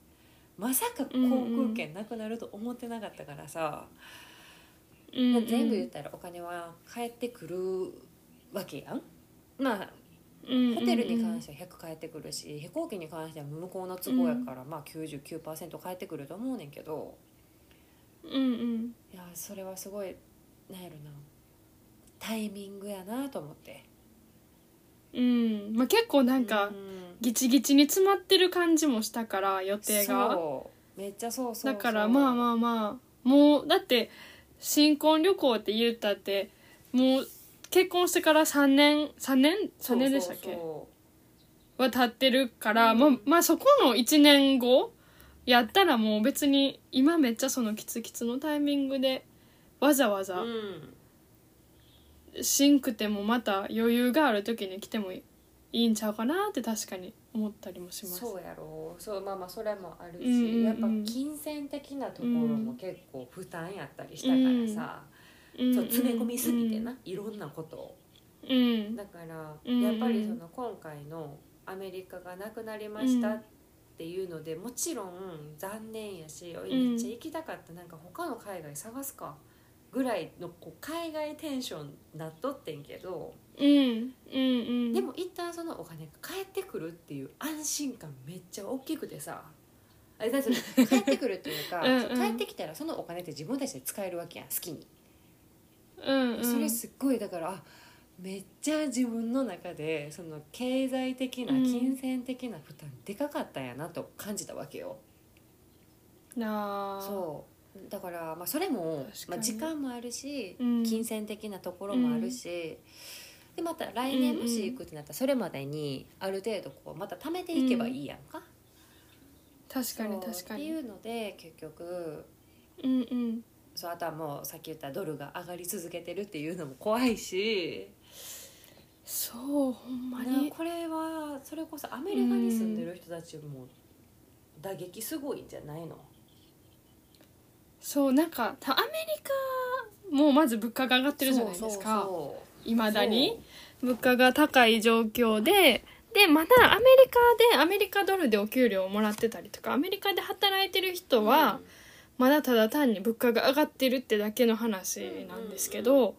B: まさか航空券なくなると思ってなかったからさ、
D: うんうん
B: 全部言ったらお金は返ってくるわけやんまあホテルに関しては100返ってくるし飛行機に関しては向こうの都合やから、まあ99%返ってくると思うねんけど
D: うんうん
B: いやそれはすごいなんやろなタイミングやなと思って
D: うんまあ結構なんか
B: うん
D: ギチギチに詰まってる感じもしたから予定が
B: そうめっちゃそうそうそう
D: だからまあまあまあもうだって新婚旅行って言ったってもう結婚してから3年3年3年でしたっけ
B: そうそ
D: は経ってるから、
B: うん
D: まあまあそこの1年後やったらもう別に今めっちゃそのキツキツのタイミングでわざわ
B: うそう
D: ざ
B: うん
D: しんくてもまた余裕がある時に来てもいいんちゃうかなって確かに思ったりもします。
B: そうやろうそうまあまあそれもあるし、
D: うんうんうん
B: やっぱ金銭的なところも結構負担やったりしたからさ、
D: うん
B: そう詰め込みすぎてな、いろんなことを
D: うん
B: だから、
D: うん
B: やっぱりその今回のアメリカがなくなりましたっていうので、もちろん残念やし、おい
D: うん
B: めっちゃ行きたかったなんか他の海外探すかぐらいのこう海外テンションなっとってんけど、
D: うんうんうん
B: でも一旦そのお金が返ってくるっていう安心感めっちゃ大きくてさ。あれだってその帰ってくるっていうか
D: うんうん
B: そう帰ってきたらそのお金って自分たちで使えるわけやん好きに、
D: うんうん
C: それすっごいだからあめっちゃ自分の中でその経済的な
D: うん
C: 金銭的な負担でかかったんやなと感じたわけよ。
D: なあ
C: そうだから、まあ、それも
D: 確、かに
C: まあ、時間もあるし、
D: うん
C: 金銭的なところもあるし、でまた来年もし行くってなったらそれまでにある程度こうまた貯めていけばいいやんか。
D: 確かに
C: そう
D: 確か
C: ってい
D: に
C: うので結局
D: うんうん
C: そうあとはもうさっき言ったドルが上がり続けてるっていうのも怖いし。
D: そうほんま
B: な
D: に
B: これはそれこそアメリカに住んでる人たちも打撃すごいんじゃないの、
D: そうなんかたアメリカもまず物価が上がってるじゃないですか
B: そう
D: いまだに物価が高い状況ででまたアメリカでアメリカドルでお給料をもらってたりとかアメリカで働いてる人はまだただ単に物価が上がってるってだけの話なんですけど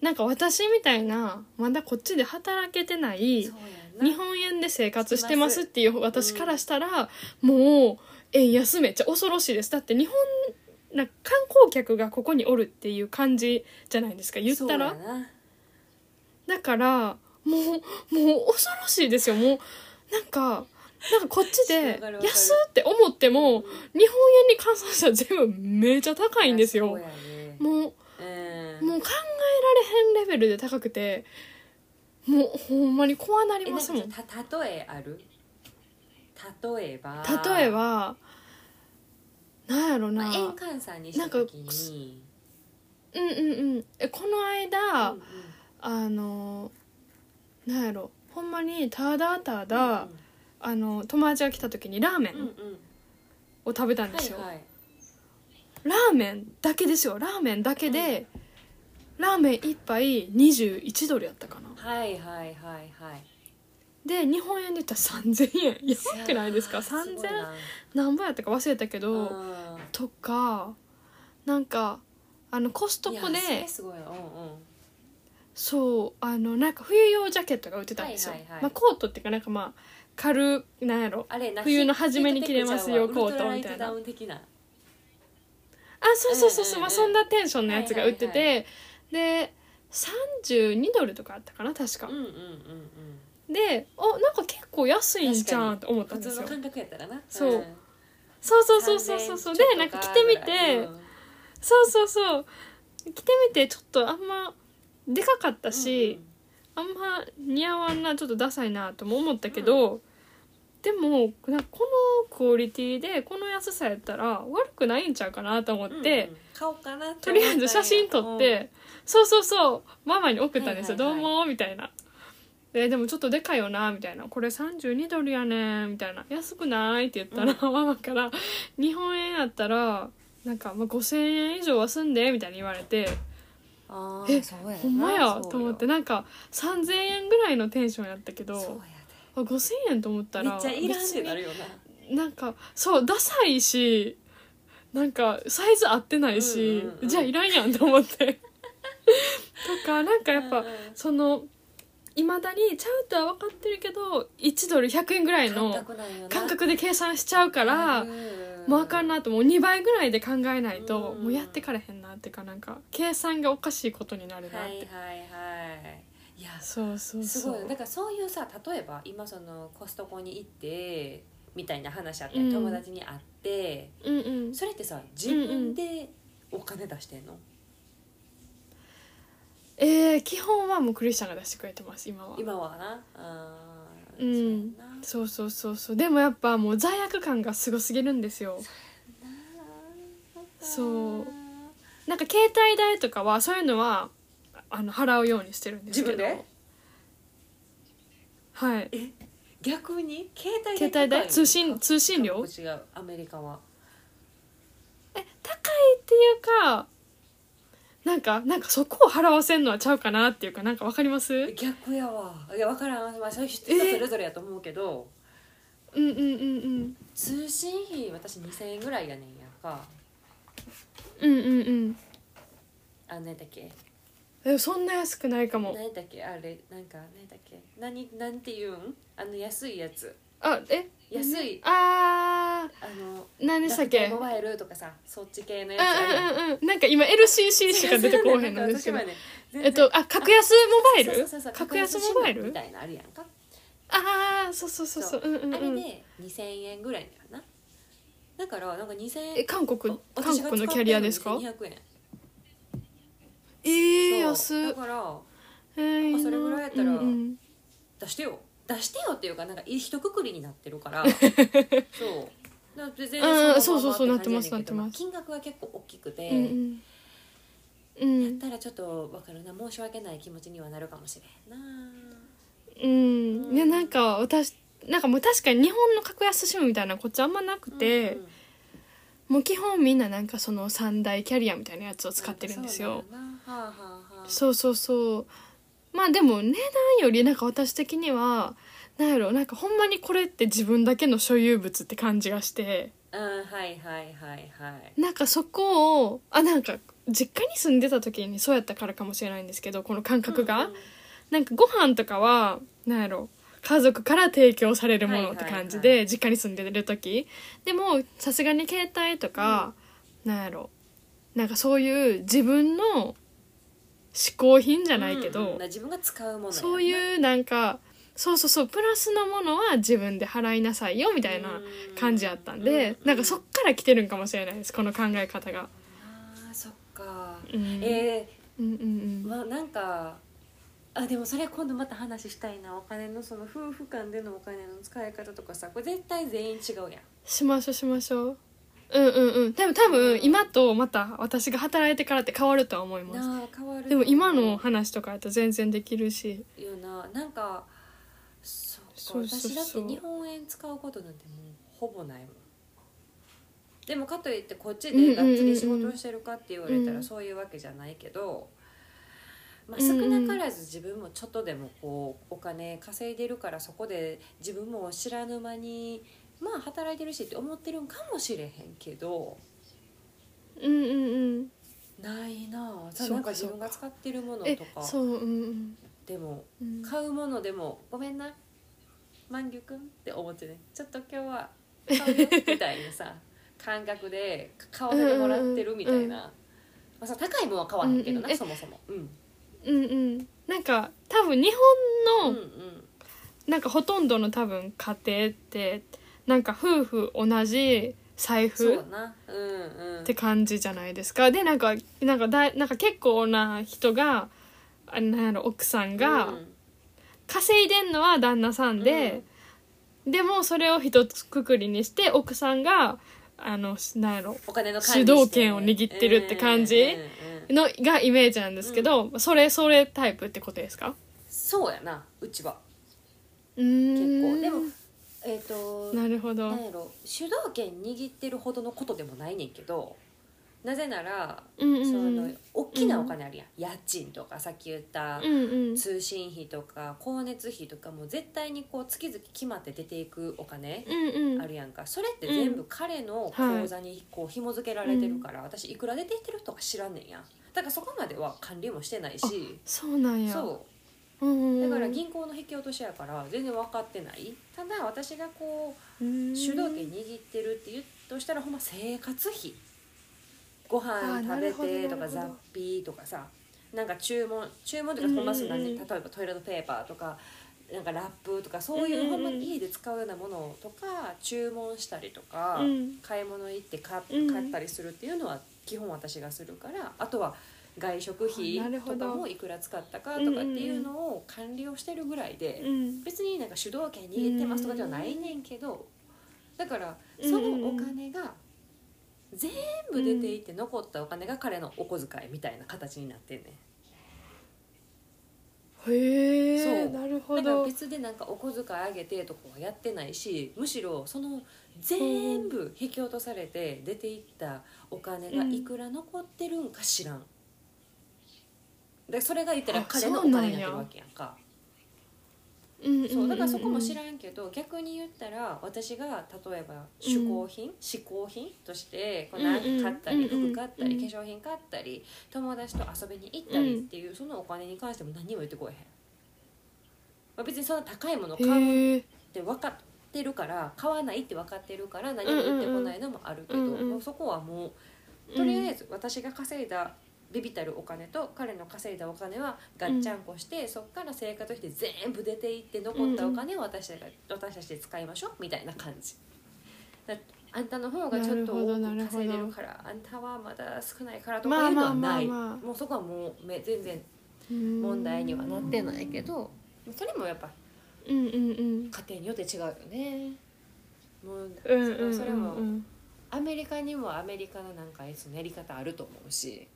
D: なんか私みたいなまだこっちで働けてない
B: そうやな
D: 日本円で生活してますっていう私からしたら、もう円安めっちゃ恐ろしいですだって日本なんか観光客がここにおるっていう感じじゃないですか言ったら
B: そうやな
D: だからもうもう恐ろしいですよもうなんかなんかこっちで
B: わかるわかる
D: 安って思っても日本円に換算したら全部めちゃ高いんです
B: そう
D: よ
B: やね
D: もう
B: うん
D: もう考えられへんレベルで高くてもうほんまに怖なり
B: え
D: ま
B: なん
D: す
B: か
D: もん
B: た例えある例えば
D: 例え、ばなんやろな、
B: まあ、円換算にした時に
D: うんうんうんえこの間、
B: うんうん
D: あのなんやろほんまにただただ、あの友達が来た時にラーメ
B: うんう
D: ン
B: んうん
D: を食べたんですよ、
B: はいはい
D: ラーメンだけですよラーメンだけで、ラーメン一杯21ドルやったかな
B: はいはいはいはい
D: で日本円で言ったら3000円やばくないですか
B: すごい
D: 3000
B: な
D: 何本やったか忘れたけど、
B: うん
D: とかなんかあのコストコ
B: い
D: で
B: やそれすごいなうんうん
D: そうあのなんか冬用ジャケットが売ってたんですよ、
B: はいはいはい
D: まあ、コートっていうかなんかまあ軽なんやろ
B: あれな
D: 冬の初めに着れますよ
B: ヒートテックちゃうわ
D: コートみたいな
B: ウルトラライトダウン的な
D: あそうそうそうそう、
B: うんうんうん
D: まあ、そんなテンションのやつが売ってて、
B: はいは
D: で32ドルとかあったかな確か
B: うん、うんうんうん
D: であなんか結構安いんじゃんと思った
B: 普
D: んですよ
B: 通の感覚やったらな
D: そうんそうそうそうそうそうそうで
B: 3000
D: なんか着てみて、
B: うん
D: そうそうそう着てみてちょっとあんまでかかったし、あんま似合わんなちょっとダサいなとも思ったけど、でもなんかこのクオリティでこの安さやったら悪くないんちゃうかなと思っ
B: う
D: て、
B: んうんうん買おうかなって
D: と
B: 思っ
D: りあ
B: たんや
D: えず写真撮って、そうそうそうママに送ったんですよ「
B: はいはいはい
D: どうも」みたいな。ででもちょっとでかいよなみたいな「これ32ドルやねん」みたいな「安くない?」って言ったら、ママから「日本円やったらなんかまあ5,000円以上はすんで」みたいに言われて
C: あ
D: ーえ
C: そうや
D: ほんまやと思ってなんか3,000円ぐらいのテンションやったけ
B: そう
D: ど
B: や
D: あ5,000円と思った
B: でめ
D: ら
B: っちゃいらんってなるよな
D: 別になんかそうダサいしなんかサイズ合ってないし、
B: うんうんうん
D: じゃあいらんやんと思ってとかなんかやっぱ、
B: うんうん
D: そのいまだにちゃうとは分かってるけど1ドル100円ぐらいの
B: 感覚なんよな
D: 感覚で計算しちゃうか
B: う
D: ら
B: ん
D: もうあかんなともう2倍ぐらいで考えないと
B: うん
D: もうやってからへんなっていうかなんか計算がおかしいことになるなっ
B: はいはい
D: て
B: はいいや
D: そうそう
B: す
D: そ
B: ごいよだ
D: う
B: からそういうさ例えば今そのコストコに行ってみたいな話あって、
D: うん
B: 友達に会って
D: うんうん
B: それってさ自分でお金出してんの、
D: えー基本はもうクリスチャンが出してくれてます今は
B: 今はなあー
D: うん
B: そ
D: そ
B: うやな
D: うそうそうそうでもやっぱもう罪悪感がすごすぎるんですよ
B: あー
D: そう
B: っか
D: なんか携帯代とかはそういうのはあの払うようにしてるんですけど
B: 自分で
D: はい
B: 逆に携帯
D: 携帯代通信通信料
B: 違うアメリカは
D: え高いっていうかなんかなんかそこを払わせんのはちゃうかなっていうかなんかわかりますうん
B: 逆やわいや分からん、まあ、それ人
D: え
B: それぞれやと思うけど、
D: うんうんうん
B: 通信費私2000円ぐらいやねんやんか
D: うんうんうん
B: あ何やったっけ
D: えそんな安くないかも
B: 何やったっけあれなんか何やったっけ何なんて言うんあの安いやつ
D: あえ
B: 安い
D: あ
B: あの
D: ー何でしたっけ
B: 楽天
D: う
B: モ
D: ん
B: バイルとかさそっち系のやつあ
D: うんうんうんなんか今 LCC
B: る
D: しか出てこうへんのですけど
B: そうそうそう
D: えっとあ格安モバイ
B: そう
D: ル
B: そうそうそう
D: 格安モバイ
B: み
D: ル
B: たいなのあるやんか
D: ああそうそうそうそううんうん
B: あれ
D: うん
B: で2000円ぐらいだよなだからなんか2000
D: え
B: 円
D: 韓国
B: お
D: 韓
B: 私が
D: 国のキャリアですか
B: 使ってるのに200円
D: えー、
B: そう
D: 安っ
B: だから
D: えー
B: なんかそれぐらいやったら
D: うんうん
B: 出してよ出してよっていうかなんか一括りになって るからそうだから全
D: うん
B: のまま
D: そうそうそうな
B: って感じやねんけど
D: ってますなってます
B: 金額は結構大きくて、
D: うんうんうん
B: だったらちょっとわかるな申し訳ない気持ちにはなるかもしれんな
D: うん、いやなんか私なんかもう確かに日本の格安シムみたいなのこっちあんまなくて、
B: うんうん
D: もう基本みんななんかその三大キャリアみたいなやつを使ってるんですよ。
B: そうなんだなはあはあはあ
D: そうそうそうまあでも値段よりなんか私的にはなんやろなんかほんまにこれって自分だけの所有物って感じがして
B: うんはいはいはいはい
D: なんかそこをあなんか実家に住んでた時にそうやったからかもしれないんですけどこの感覚が、
B: うんうん
D: なんかご飯とかはなんやろ家族から提供されるものって感じで、
B: はい
D: 実家に住んでる時でもさすがに携帯とか、なんやろなんかそういう自分の嗜好品じゃないけど、
B: うんうん自分が使うものやんな
D: そういうなんかそうそうそうプラスのものは自分で払いなさいよみたいな感じやったんで、なんかそっから来てるんかもしれないですこの考え方が。
B: あーそっか
D: うん
B: え
D: うんうん
B: ー、
D: うん
B: まあなんかあでもそれ今度また話したいなお金のその夫婦間でのお金の使い方とかさこれ絶対全員違うやん
D: しましょうしましょううんうんうんでも多分今とまた私が働いてからって変わるとは思います
B: なあ変わる
D: でも今の話とかやと全然できるし
B: よななんかそうか
D: そうそうそう
B: 私だって日本円使うことなんてもうほぼないもんでもかといってこっちでがっつり仕事をしてるかって言われ
D: うんう
B: た
D: んうん
B: らそういうわけじゃないけど、まあ、少なからず自分もちょっとでもこうお金稼いでるからそこで自分も知らぬ間にまあ働いてるしって思ってるんかもしれへんけど
D: うんうんうん
B: ないなあ
D: そ
B: さ
D: うか
B: なんか自分が使ってるもの
D: え
B: とか
D: そううん
B: でも
D: うん
B: 買うものでも「ごめんな万魚くん」って思ってねちょっと今日は買 うよみたいなさ感覚で買わせてもらってるみたいな、まあ、さ高いものは買わへんけどな、
D: うんうんえ
B: そもそも、うん、
D: うんうんなんか多分日
B: うん
D: 本
B: う
D: の
B: ん
D: なんかほとんどの多分家庭ってなんか夫婦同じ財
B: そう
D: 布
B: やなうんうん
D: って感じじゃないですかでなんかなんかだいなんか結構な人があなんやろ奥さんが、
B: うん
D: 稼いでんのは旦那さんで、でもそれを一つくくりにして奥さんがあのなんやろ
B: お金の
D: 主導権を握ってるって感じ
B: うんうんうん
D: のがイメージなんですけど、それそれタイプってことですか
B: そうやなうちは
D: 結
B: 結構でもえっ、と
D: なるほど、
B: なんやろ主導権握ってるほどのことでもないねんけどなぜなら
D: うんうんう
B: その
D: ん
B: 大きなお金あるやん、家賃とかさっき言った
D: うんうん
B: 通信費とか光熱費とかも絶対にこう月々決まって出ていくお金
D: うんうん
B: あるやんかそれって全
D: う
B: 部彼の
D: はい
B: 口座にこう紐付けられてるから、私いくら出ていってるとか知らんねんやだからそこまでは管理もしてないし
D: そうなんや、
B: そう
D: んう、
B: うんだから銀行の引き落としやから全然分かってないただ私がこう主導権握ってるって言うとしたらほんま生活費ご
D: あー
B: 飯
D: なる
B: 食べ
D: ほど
B: て
D: な
B: とか
D: るほど
B: 雑費とかさなんか注文注文と
D: う
B: か
D: んうん
B: ほ
D: うん
B: んますなんで例えばトイレットペーパーとかなんかラップとかそういう
D: うんうんう
B: ほ
D: ん
B: んまに家で使うようなものとか注文したりとか
D: うん
B: 買い物行って買っ
D: うん
B: 買ったりするっていうのは基本私がするからあとは外食費
D: あなるほ
B: と
D: ど
B: かもいくら使ったかとかっていうのを管理をしてるぐらいで、
D: うん
B: 別になんか主導権握ってますとかではないねんけどだから
D: うん
B: そのお金が全部出ていって残ったお金が彼のお小遣いみたいな形になってんねん
D: へえ
C: そう
D: なるほ
B: だから
D: ど
B: 別でなんかお小遣いあげてとかはやってないしむしろその全部引き落とされて出ていったお金がいくら残ってるんか知らん、でそれが言ったら
D: あ
B: 彼のお
D: そうなん
B: 金
D: や
B: になってるわけやんか
D: うんうん
B: そうだからそこも知
D: ん
B: らんけど逆に言ったら私が例えば嗜好品嗜好、品としてこうなんか買った
D: うんう
B: り
D: んうんうん
B: 服買ったり化粧品買ったり友達と遊びに行ったりっていうそのお金に関しても何にも言ってこえへん、まあ、別にそんな高いもの買う
D: へえ
B: って分かってるから買わないって分かってるから何も言ってこないのもあるけど、
D: うんうん
B: もうそこはもうとりあえず私が稼いだビビたるお金と彼の稼いだお金はガッチャンコして、そっから生活費で全部出ていって残ったお金を私たちが、私たちで使いましょうみたいな感じ。だあんたの方がちょっと多く稼いでるからあんたはまだ少ないからとかいうのはない、
D: まあまあまあまあ
B: もうそこはもうめ全然
D: うん
B: 問題にはなってないけど、それもやっぱ
D: うんうんうん
B: 家庭によって違うよねもう
D: うんうんうんうん
B: それもアメリカにもアメリカのなんかそのやり方あると思うし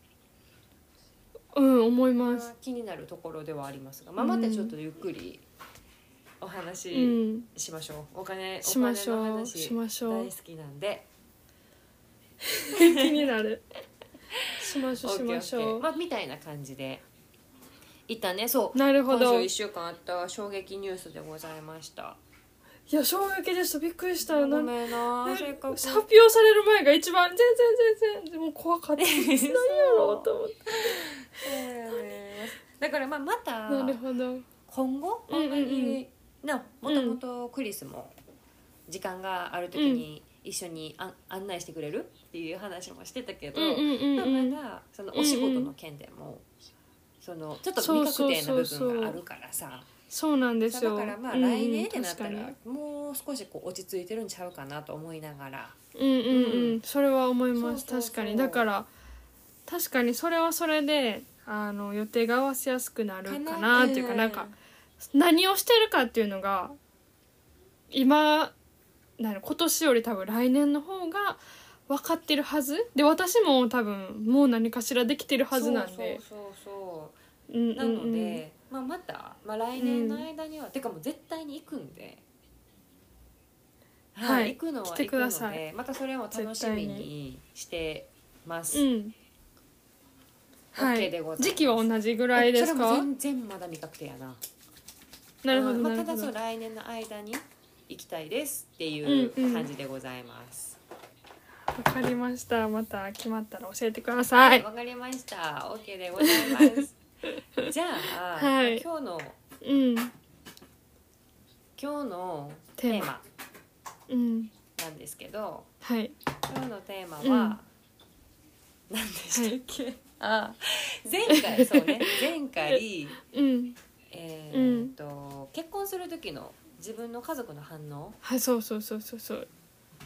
D: うん思います
B: 気になるところではありますが、まあ、またちょっとゆっくりお
D: う
B: 話
D: ん
B: しましょう、お金
D: しまし
B: お金
D: ょ
B: の
D: う
B: 話
D: しましょう
B: 大好きなんで
D: 気になるしましょうしまし
B: OKOK
D: ょう
B: まあ、みたいな感じで一旦ねそう
D: なるほ
B: 今
D: ど
B: 週1
D: い
B: 週間あった衝撃ニュースでございました
D: や衝撃でしたびっくりした
B: ご
D: なんか
B: めんな
D: ね
B: せっかく
D: 発表される前が一番全然全然もう怖かった何やろうと思って
B: そうやねだからまあまた
D: なるほど
B: 今後
D: うんう
B: ほ
D: んん
B: ま
D: うん
B: になもともとクリスも時間がある時に一緒にあ案内してくれるっていう話もしてたけど、
D: うんうんうん
B: まあ
D: うん
B: まだそのお仕事の件でもそのちょっと未確定な部分があるからさ
D: そうなんですよ
B: だからまあ
D: うんうん
B: 来年ってなった
D: 確からに
B: もう少しこう落ち着いてるんちゃうかなと思いながら
D: うんうんうん、
B: う
D: それは思います
B: そうそうそう
D: 確かにだから確かにそれはそれであの予定が合わせやすくなるかなっていうかなんか何をしてるかっていうのが今なの今年より多分来年の方が分かってるはずで私も多分もう何かしらできてるはずなんで
B: そうそうそうそう
D: うんうん
B: なの
D: うん
B: で、まあ、また、まあ、来年の間には、てかもう絶対に行くんで、
D: はい
B: 行くのは行
D: 来
B: くので
D: てくださ
B: またそれも楽しみ
D: 絶対
B: にしてます、
D: うんは
B: OK でございま
D: い
B: す
D: 時期は同じぐらいです
B: それも
D: か
B: 全然まだ未確定やな
D: なるほど
B: うんまあ、
D: な
B: た
D: るほ
B: だ
D: ど
B: そう来年の間に行きたいですっていう
D: うんうん
B: 感じでございます
D: わかりましたまた決まったら教えてくださ
B: わ、
D: い
B: かりました OK でございます じゃあ、
D: はい
B: 今日の
D: うん
B: 今日の
D: テ
B: テ
D: ーマ
B: ーマ
D: うん
B: なんですけど
D: はい
B: 今日のテーマは、
D: うん
B: 何でしたっけ、あ前回そうね前 回
D: うん
B: えーっと、結婚する時の自分の家族の反応
D: はいそうそうそうそうそう、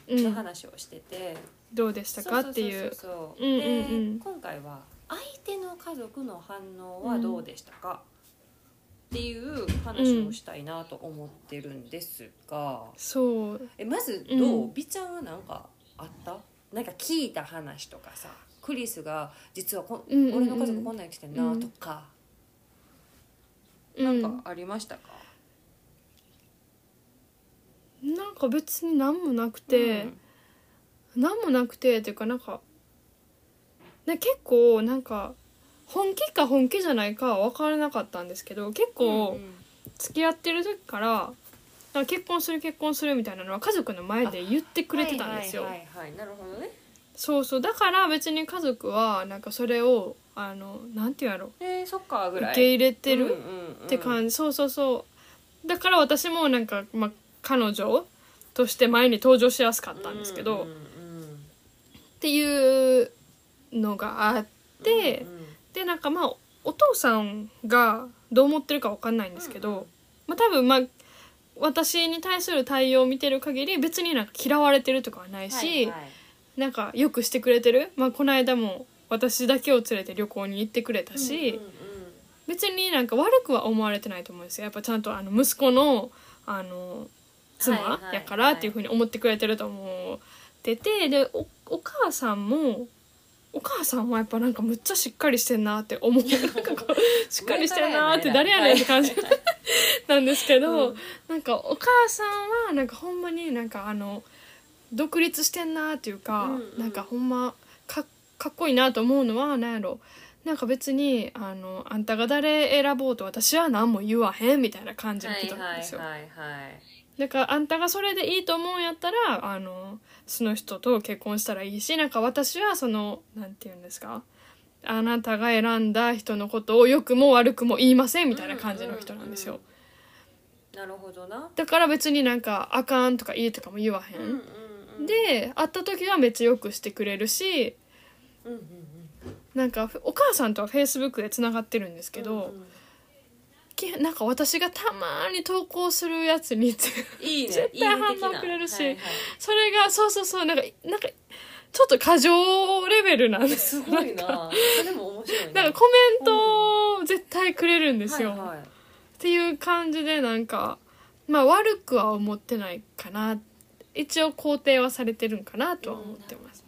D: う
B: の
D: ん、
B: 話をしてて、
D: どうでしたか
B: そうそうそうそう
D: っていう
B: そう
D: うんうんうん
B: で今回は相手の家族の反応はどうでしたか、っていう話をしたいなと思ってるんですが、
D: そう
B: えまずどう、
D: うん
B: 美ちゃんは何かあったなんか聞いた話とかさクリスが実はこ、
D: うんうんうん
B: 俺の家族こんなん来てんな
D: うん
B: とか、
D: な
B: なんかありましたか、
D: うん、なんか別に何もなくて、何もなくてっていうかなんかな結構なんか本気か本気じゃないかは分からなかったんですけど結
B: うん
D: 構付き合ってる時からなんか結婚する結婚するみたいなのは家族の前で言ってくれてたんですよ。
B: はいはいはいはい、なるほどね
D: そうそうだから別に家族はなんかそれをあのなんていうんやろ
B: えー、そっかぐら
D: 受け
B: い入
D: 入れてる、って
B: じ、
D: 感じ、そうそうそうだから私もなんか、まあ、彼女として前に登場しやすかったんですけど、
B: う
D: っ
B: んうん
D: ていうのがあって、
B: うんうん
D: でなんかまあお父さんがどう思ってるかわかんないんですけど、まあ、多分まあ私に対する対応を見てる限り別になんか嫌われてるとかはないし、
B: はいはい
D: なんかよくしてくれてる、まあ、この間も私だけを連れて旅行に行ってくれたし。
B: うんうん
D: 別になんか悪くは思われてないと思うんですよやっぱちゃんとあの息子のあの
B: はい
D: 妻
B: はい
D: やからっていうふうに思ってくれてると思っててでおお母さんもお母さんはやっぱなんかむっちゃしっかりしてんなって 思うなんかこうしっかりしてんなって誰やねんって感じなんですけど、なんかお母さんはなんかほんまになんかあの独立してんなっていうか、
B: うんうん
D: なんかほんまかかっこいいなと思うのはなんやろなんか別にあのあんたが誰選ぼうと私は何も言わへんみたいな感じの人なんですよ。
B: はいはいはいはい
D: だからあんたがそれでいいと思うんやったらあのその人と結婚したらいいしなんか私はそのなんて言うんですかあなたが選んだ人のことを良くも悪くも言いませんみたいな感じの人なんですよ、
B: うんうなるほどな、
D: だから別になんかあかんとかいいとかも言わへ
B: うんうん
D: ん、
B: うん、、
D: で会った時はめっちゃよくしてくれるし
B: うんうんうん、
D: なんかお母さんとはフェイスブックでつながってるんですけど、
B: うんうん
D: きなんか私がたまに投稿するやつにつ
B: いいね
D: 絶対反応くれるし
B: いいね的な
D: それがそうそうそうなんかなんかちょっと過剰レベルなんです
B: すごいなそれも面白いね
D: なんかコメントを絶対くれるんですよ、
B: はいはい
D: っていう感じでなんかまあ悪くは思ってないかな一応肯定はされてるんかなとは思ってます、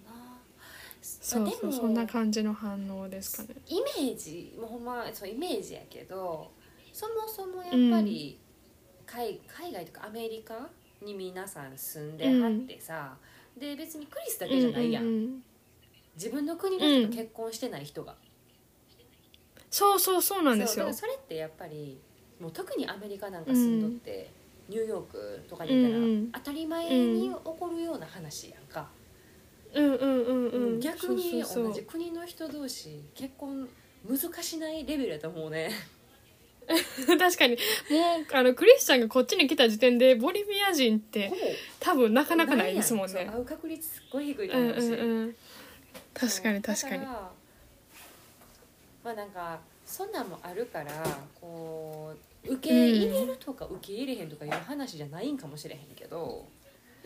B: う
D: そう
B: んなるほどなで
D: そう
B: も
D: そんな感じの反応ですかね
B: イメージもうほんまそうイメージやけどそもそもやっぱり海,、海外とかアメリカに皆さん住んではってさ、で別にクリスだけじゃないやん、
D: うんうんうん
B: 自分の国の人と結婚してない人が、
D: そうそうそうなんです
B: そうだ
D: よ
B: からそれってやっぱりもう特にアメリカなんか住んどって、ニューヨークとかにいたら、
D: うんうん
B: 当たり前に起こるような話やんか、
D: うんうんうんうん
B: 逆
D: そう
B: に
D: そ
B: 同
D: うそ
B: じ
D: う
B: 国の人同士結婚難しないレベルやと思うね
D: 確かにもうあのクリスチャンがこっちに来た時点でボリビア人って
B: ほぼ
D: 多分なかなかないですもん
B: そう
D: ね
B: 会う確率すっごい低いと
D: うん
B: 思う
D: う
B: し、
D: んうん確かに
B: そう
D: 確かに
B: だらまあなんかそんなんもあるからこう受け入れるとか受け入れへんとかいう話じゃないんかもしれへんけど、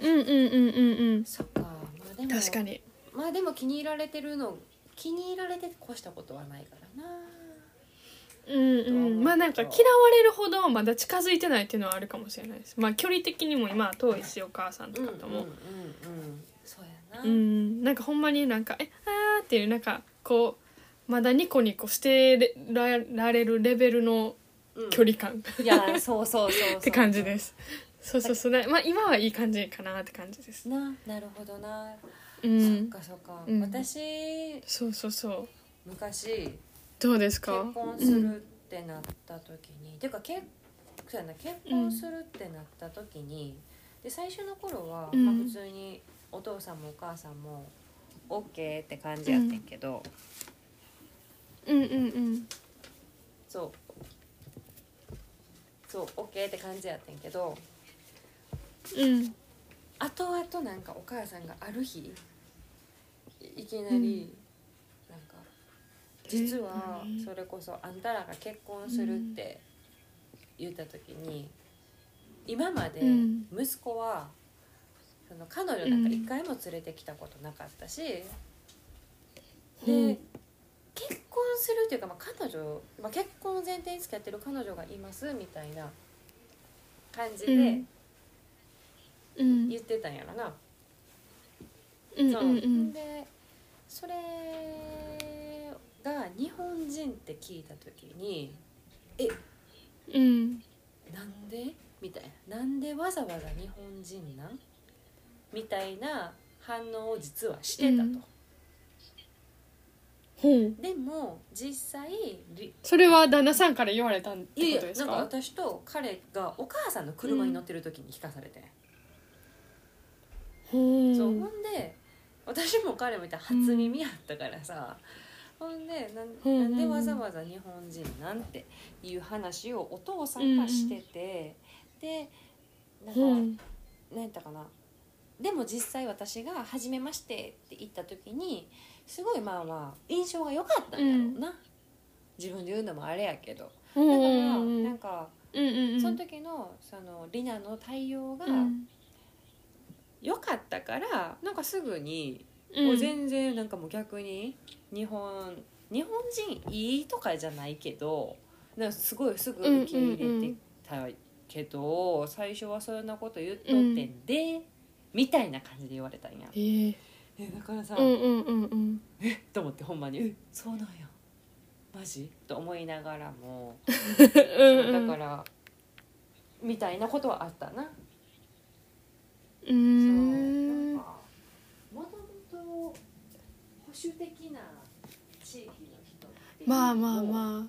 D: うんうんうんうんうん
B: そっか、まあ、でも
D: 確かに
B: まあでも気に入られてるの気に入られて越したことはないからな
D: うんうん、まあなんか嫌われるほどまだ近づいてないっていうのはあるかもしれないですまあ距離的にも今は遠いしお母さんとかとも
B: うんうんうんそうやな、
D: うん、なんかほんまになんか「えあー」っていうなんかこうまだニコニコしてらられるレベルの
B: うん
D: 距離感
C: いやそうそうそうそう
D: って感じですそうそうそうまあ今はいい感じかなって感じです
B: ななるほどな、
D: う
B: そっ
D: ん
B: かそっか、
D: うん
B: 私
D: そうそうそう
B: 昔
D: どうですか
B: 結婚するってなった時に、ていうか結そうやな結婚するってなった時に、で最初の頃は、
D: うん
B: まあ、普通にお父さんもお母さんも OK って感じやってんけど、
D: うんうんうん
B: そうそう OK って感じやってんけど
D: うん
B: 後々なんかお母さんがある日いいきなり、なんか実は
D: え何
B: それこそあんたらが結婚するって言った時に、今まで
D: うん
B: 息子は、その彼女なんか一回も連れてきたことなかったし、
D: うん
B: で結婚するというか、まあ、彼女、まあ、結婚を前提に付き合ってる彼女がいますみたいな感じ
D: う
B: で
D: んうん
B: 言ってたんやろな。
D: うん
B: そう
D: うんうん
B: でそれが日本人って聞いた時に
D: うん
B: 「なんで?」みたいな「なんでわざわざ日本人なん?」みたいな反応を実はしてたと、
D: ほう
B: でも実際り
D: それは旦那さんから言われたって
B: い
D: こ
B: や
D: と
B: い
D: で
B: や
D: す
B: なん
D: か
B: か私と彼がお母さんの車に乗ってる時に聞かされて、
D: ほう
B: そうほんで私も彼もいたら初耳やったからさ、ほんでなん
D: うんうんうん
B: なんでわざわざ日本人なんていう話をお父さんがしてて、でなんか、
D: うん
B: なんやったかなでも実際私が「初めまして」って言った時にすごいまあまあ印象が良かったんだろうな、自分で言うのもあれやけど
D: うん
B: だ
D: う
B: から
D: んう
B: なん
D: ん
B: か
D: うんうんうん
B: その時のそのリナの対応が
D: うん
B: 良かったからなんかすぐに
D: うん
B: もう全然なんかもう逆に日本日本人いいとかじゃないけどなんかすごいすぐ受け入れてたけど、最初はそんなこと言っとってんで、みたいな感じで言われたんや
D: ええ
B: え
C: えだからさ、
D: うんうんうんうん
C: と思ってほんまに「えそうなんやマジ?」と思いながらも
D: うんう
C: だ
D: ん
C: からみたいなことはあったな。
D: うー
B: そうんなんかもともと保守的な地域の人っていうのも
D: まあまあま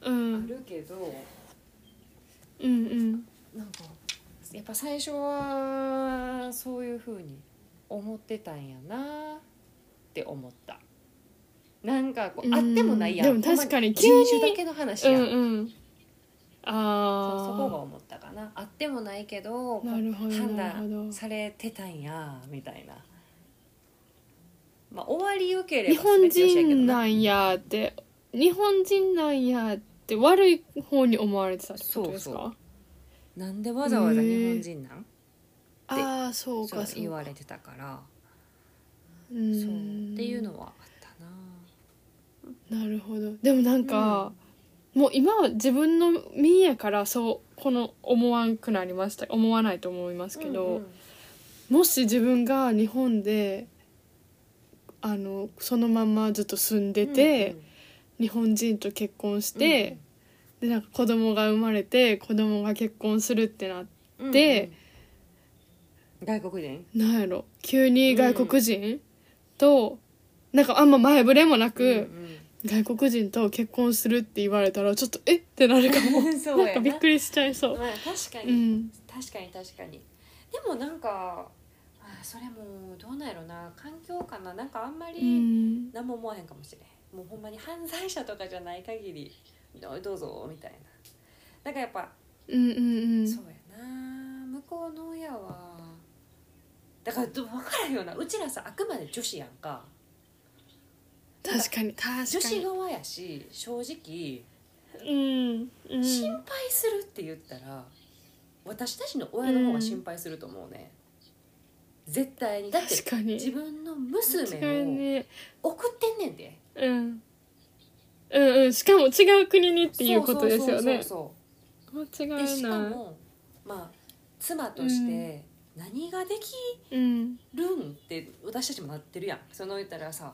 D: あうんう
C: あ
D: ん
C: るけど、
D: うん
C: なんかやっぱ最初はそういう風に思ってたんやなって思ったなんかこう、
D: うん
C: あってもないやん
D: でも確かに
C: ほんま
D: 急
C: 人
D: に
C: 種だけの話
D: う
C: やん、
D: んうん
C: そうそこが
D: あ
C: 思ったかなあってもないけど
D: あなるほど
C: 判
D: なるほど
C: 断されてたんやみたいなまあ終わりよければ
D: 日本
C: 全てよしやけど
D: 人なんやって日本人なんやって悪い方に思われてたってことです
C: そう
D: か
C: なんでわざわざ日本人なんうそう
D: ああそう
C: そう
D: かそう
C: 言
D: か
C: われてたから
D: う
C: そうんっていうのはあったな
D: なるほどでもなんか、もう今は自分の身やからそうこの思わんくなりました思わないと思いますけど、
C: うんうん
D: もし自分が日本であのそのままずっと住んでて、
C: うんうん
D: 日本人と結婚して、でなんか子供が生まれて子供が結婚するってなで
C: うんうん外国人
D: なんやろ急に外国人と、なんかあんま前触れもなく、外国人と結婚するって言われたらちょっとえってなる かも
C: う ん、そう
D: な
C: や
D: ん
C: な
D: かびっくりしちゃいそう。
B: まあ確か
D: う
B: に、
D: ん、
B: 確かに確かにでもなんかあそれもどうなんやろな環境かななんかあんま
D: う
B: り
D: ん、
B: 何も思わへんかもしれんもうほんまに犯罪者とかじゃない限りどどうぞみたいななんかやっぱ
D: うんうんうん
B: そうやな向こうの親はだからど分からへんよなうちらさあくまで女子やんか
D: 確かに確かに
B: 女子側やし正直
D: うんうん
B: 心配するって言ったら私たちの親の方が心配すると思うね、絶対にだって
D: 確かに
B: 自分の
D: 違う
B: 娘を
D: ね
B: 送ってんねんで
D: うんうんうんしかも違う国にっていうことですよね
B: そうそうそうそう
D: 間
B: で
D: 違い
B: しか
D: な
B: もまあ妻として何ができ
D: いうん
B: るんって私たちもなってるやんその言ったらさ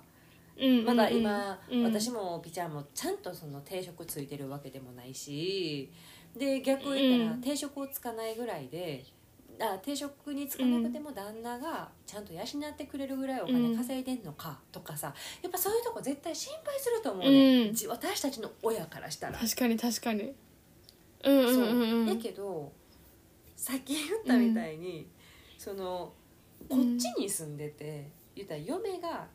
D: うん
B: まだ今、
D: うん
B: 私もピちゃんもちゃんとその定職ついてるわけでもないしで逆言った
D: う
B: ら
D: ん
B: 定職をつかないぐらいで。あ定職につかなくても旦那がちゃんと養ってくれるぐらいお
D: う
B: 金
D: ん
B: 稼いでんのかとかさやっぱそういうとこ絶対心配すると思う
D: う
B: ね、
D: ん
B: じ私たちの親からしたら
D: 確かに確かにうんう
B: そ
D: んうん
B: う
D: う
B: だ
D: ん
B: けどさっき言ったみたいに、そのこっちに住んでて、言ったら嫁が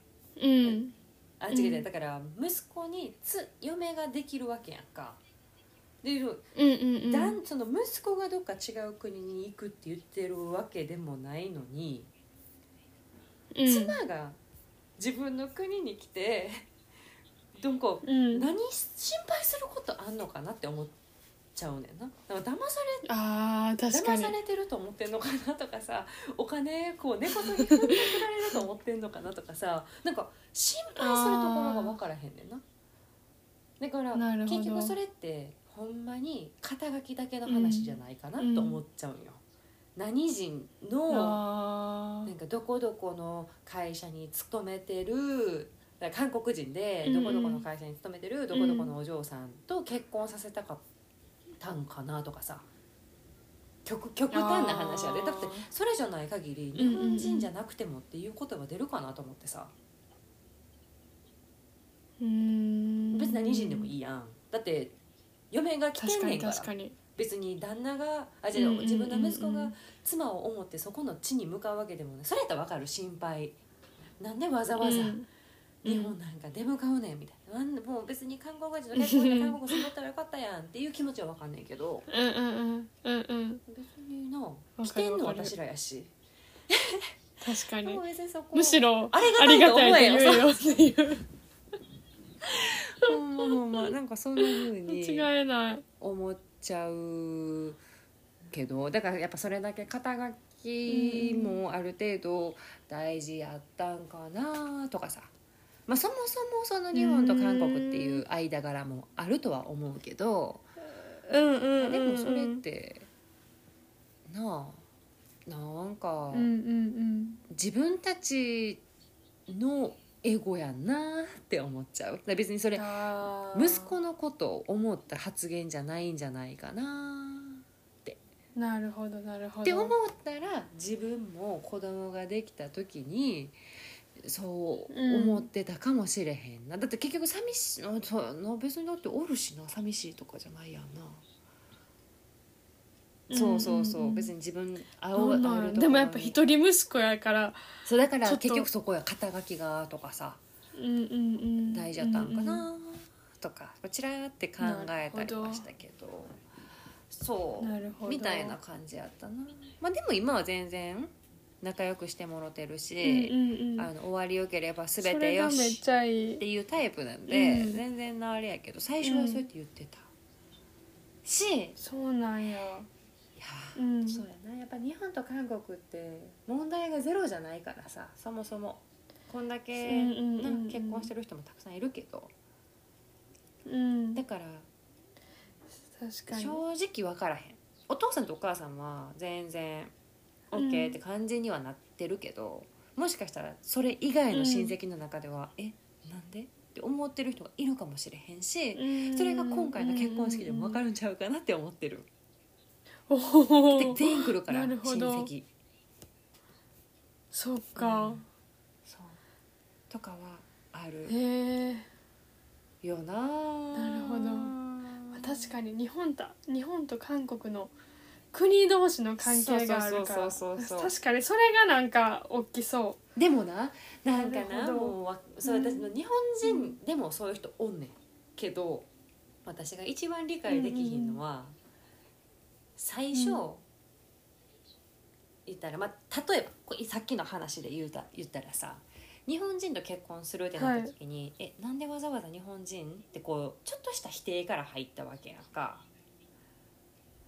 D: うん
B: あ
D: うん
B: 違う違うだから息子につ嫁ができるわけやんか。で、
D: うんうんうん
B: だんその息子がどっか違う国に行くって言ってるわけでもないのに、
D: うん
B: 妻が自分の国に来てなんか
D: うん
B: 何心配することあんのかなって思っちゃうねんな。だから騙され
D: あー確か
B: 騙
D: に
B: されてると思ってんのかなとかさお金こう猫とに振ってくられると思ってんのかなとかさなんか心配するところが分からへんねんなだから
D: なるほど
B: 結局それってほんまに肩書きだけの話じゃないかな
D: うん
B: と思っちゃうんよ、何人の
D: あ
B: な
D: ー
B: んかどこどこの会社に勤めてるだから韓国人でどこどこの会社に勤めてる、どこどこのお嬢さんと結婚させたかったんかなとかさ極極端な話やで
D: あー
B: だってそれじゃない限り日本人じゃなくてもっていう言葉出るかなと思ってさ
D: うん
B: 別に何人でもいいやんだって嫁が来て
D: 確
B: ん
D: か
B: ね
D: に
B: んから
D: 確かに
B: 別に旦那があ
D: う
B: 違
D: んうん
B: う
D: うんうん
B: 自分の息子が妻を思ってそこの地に向かうわけでもないそれやったら分かる心配なんでわざわざ、
D: うん
B: 日本なんか出向かうねんみたいななんでもう別に韓国人と結婚で韓国住んどったらよかったやんっていう気持ちは分かんないけど
D: うんうんうんうんうん
B: 別にな
D: る
B: 来てん
D: わ
B: の
D: かる
B: 私らやし
D: 確か
B: で
D: に
B: も別にそこ
D: むしろ
B: あ
D: あ
B: り
D: り
B: が
D: が
B: た
D: た
B: いと思え
D: いと
B: よ
D: 言えよって いう
C: ほんまほんまなんかそんな風に
D: 間違えない
C: 思っちゃうけどだからやっぱそれだけ肩書きもある程度大事やったんかなとかさ、まあ、そもそもその日本と韓国っていう間柄もあるとは思うけど、
D: うんうん
C: まあ
D: うん
C: で
D: うん
C: もそれってなあなんか
D: うんうん
C: 自分たち
B: のエゴやなって思っちゃうだから別にそれ息子
F: の
B: のことを思った発言じゃないんじゃないかな
D: なるほどなるほど
B: って思ったら自分も子供ができた時にそう思ってたかもしれへんな、だって結局寂しいのそうの別にだっておるしな寂しいとかじゃないやんな、そうそうそう別に自分あお
D: なんだ
B: あ
D: ろ
B: る
D: う
B: とか
D: でもやっぱ一人息子やから
B: そうだか
D: ちょ
B: ら
D: っと
B: 結局そこや肩書きがとかさ
D: うんうんうん
B: 大事やったんか
D: うんうん
B: なとかちらって考えたりはしたけどそう
D: なるほど
B: みたいな感じやったな、まあ、でも今は全然仲良くしてもろてる
D: う
B: し、
D: んうんうん
B: あの終わりよければ全
D: そ
B: て
D: れ
B: よ
D: がめっ
B: し
D: ちゃい
B: っ
D: い
B: ていうタイプなんで、
D: うん
B: 全然なあれやけど最初はそうやって言ってた、しい
D: そうなんや
B: や
D: うん
B: そうやなやっぱ日本と韓国って問題がゼロじゃないからさそもそもこんだけ、
D: うんうんうんうん
B: な結婚してる人もたくさんいるけど
D: うん
B: だから
D: 確かに
B: 正直分からへんお父さんとお母さんは全
D: う
B: 然
D: ん
B: OK って感じにはなってるけど、もしかしたらそれ以外の親戚の中では、えなんでって思ってる人がいるかもしれへんし、それが今回の結婚式でも分か
D: る
B: るんちゃうかなって思ってる、
D: おお
B: で全員来るから
D: な
B: 親
D: るほど
B: 戚
D: そうか
B: うんそうとかはある
D: へえ
B: よなな
D: なるほどまあ確かに日本と日本と韓国の国同士の関係があるから
B: そうそうそうそうそう
D: 確かにそれがなんか大きそ
B: でもななんか
D: な
B: な
D: るほど
B: もうわそう
D: うん
B: 私の日本人でもそういう人おんねんけど私が一番理解できひんのは最初
D: うん
B: 言ったらまあ例えばこうさっきの話で言うた言ったらさ日本人と結婚するってなった時に「えなんでわざわざ日本人?」ってこうちょっとした否定から入ったわけやんか。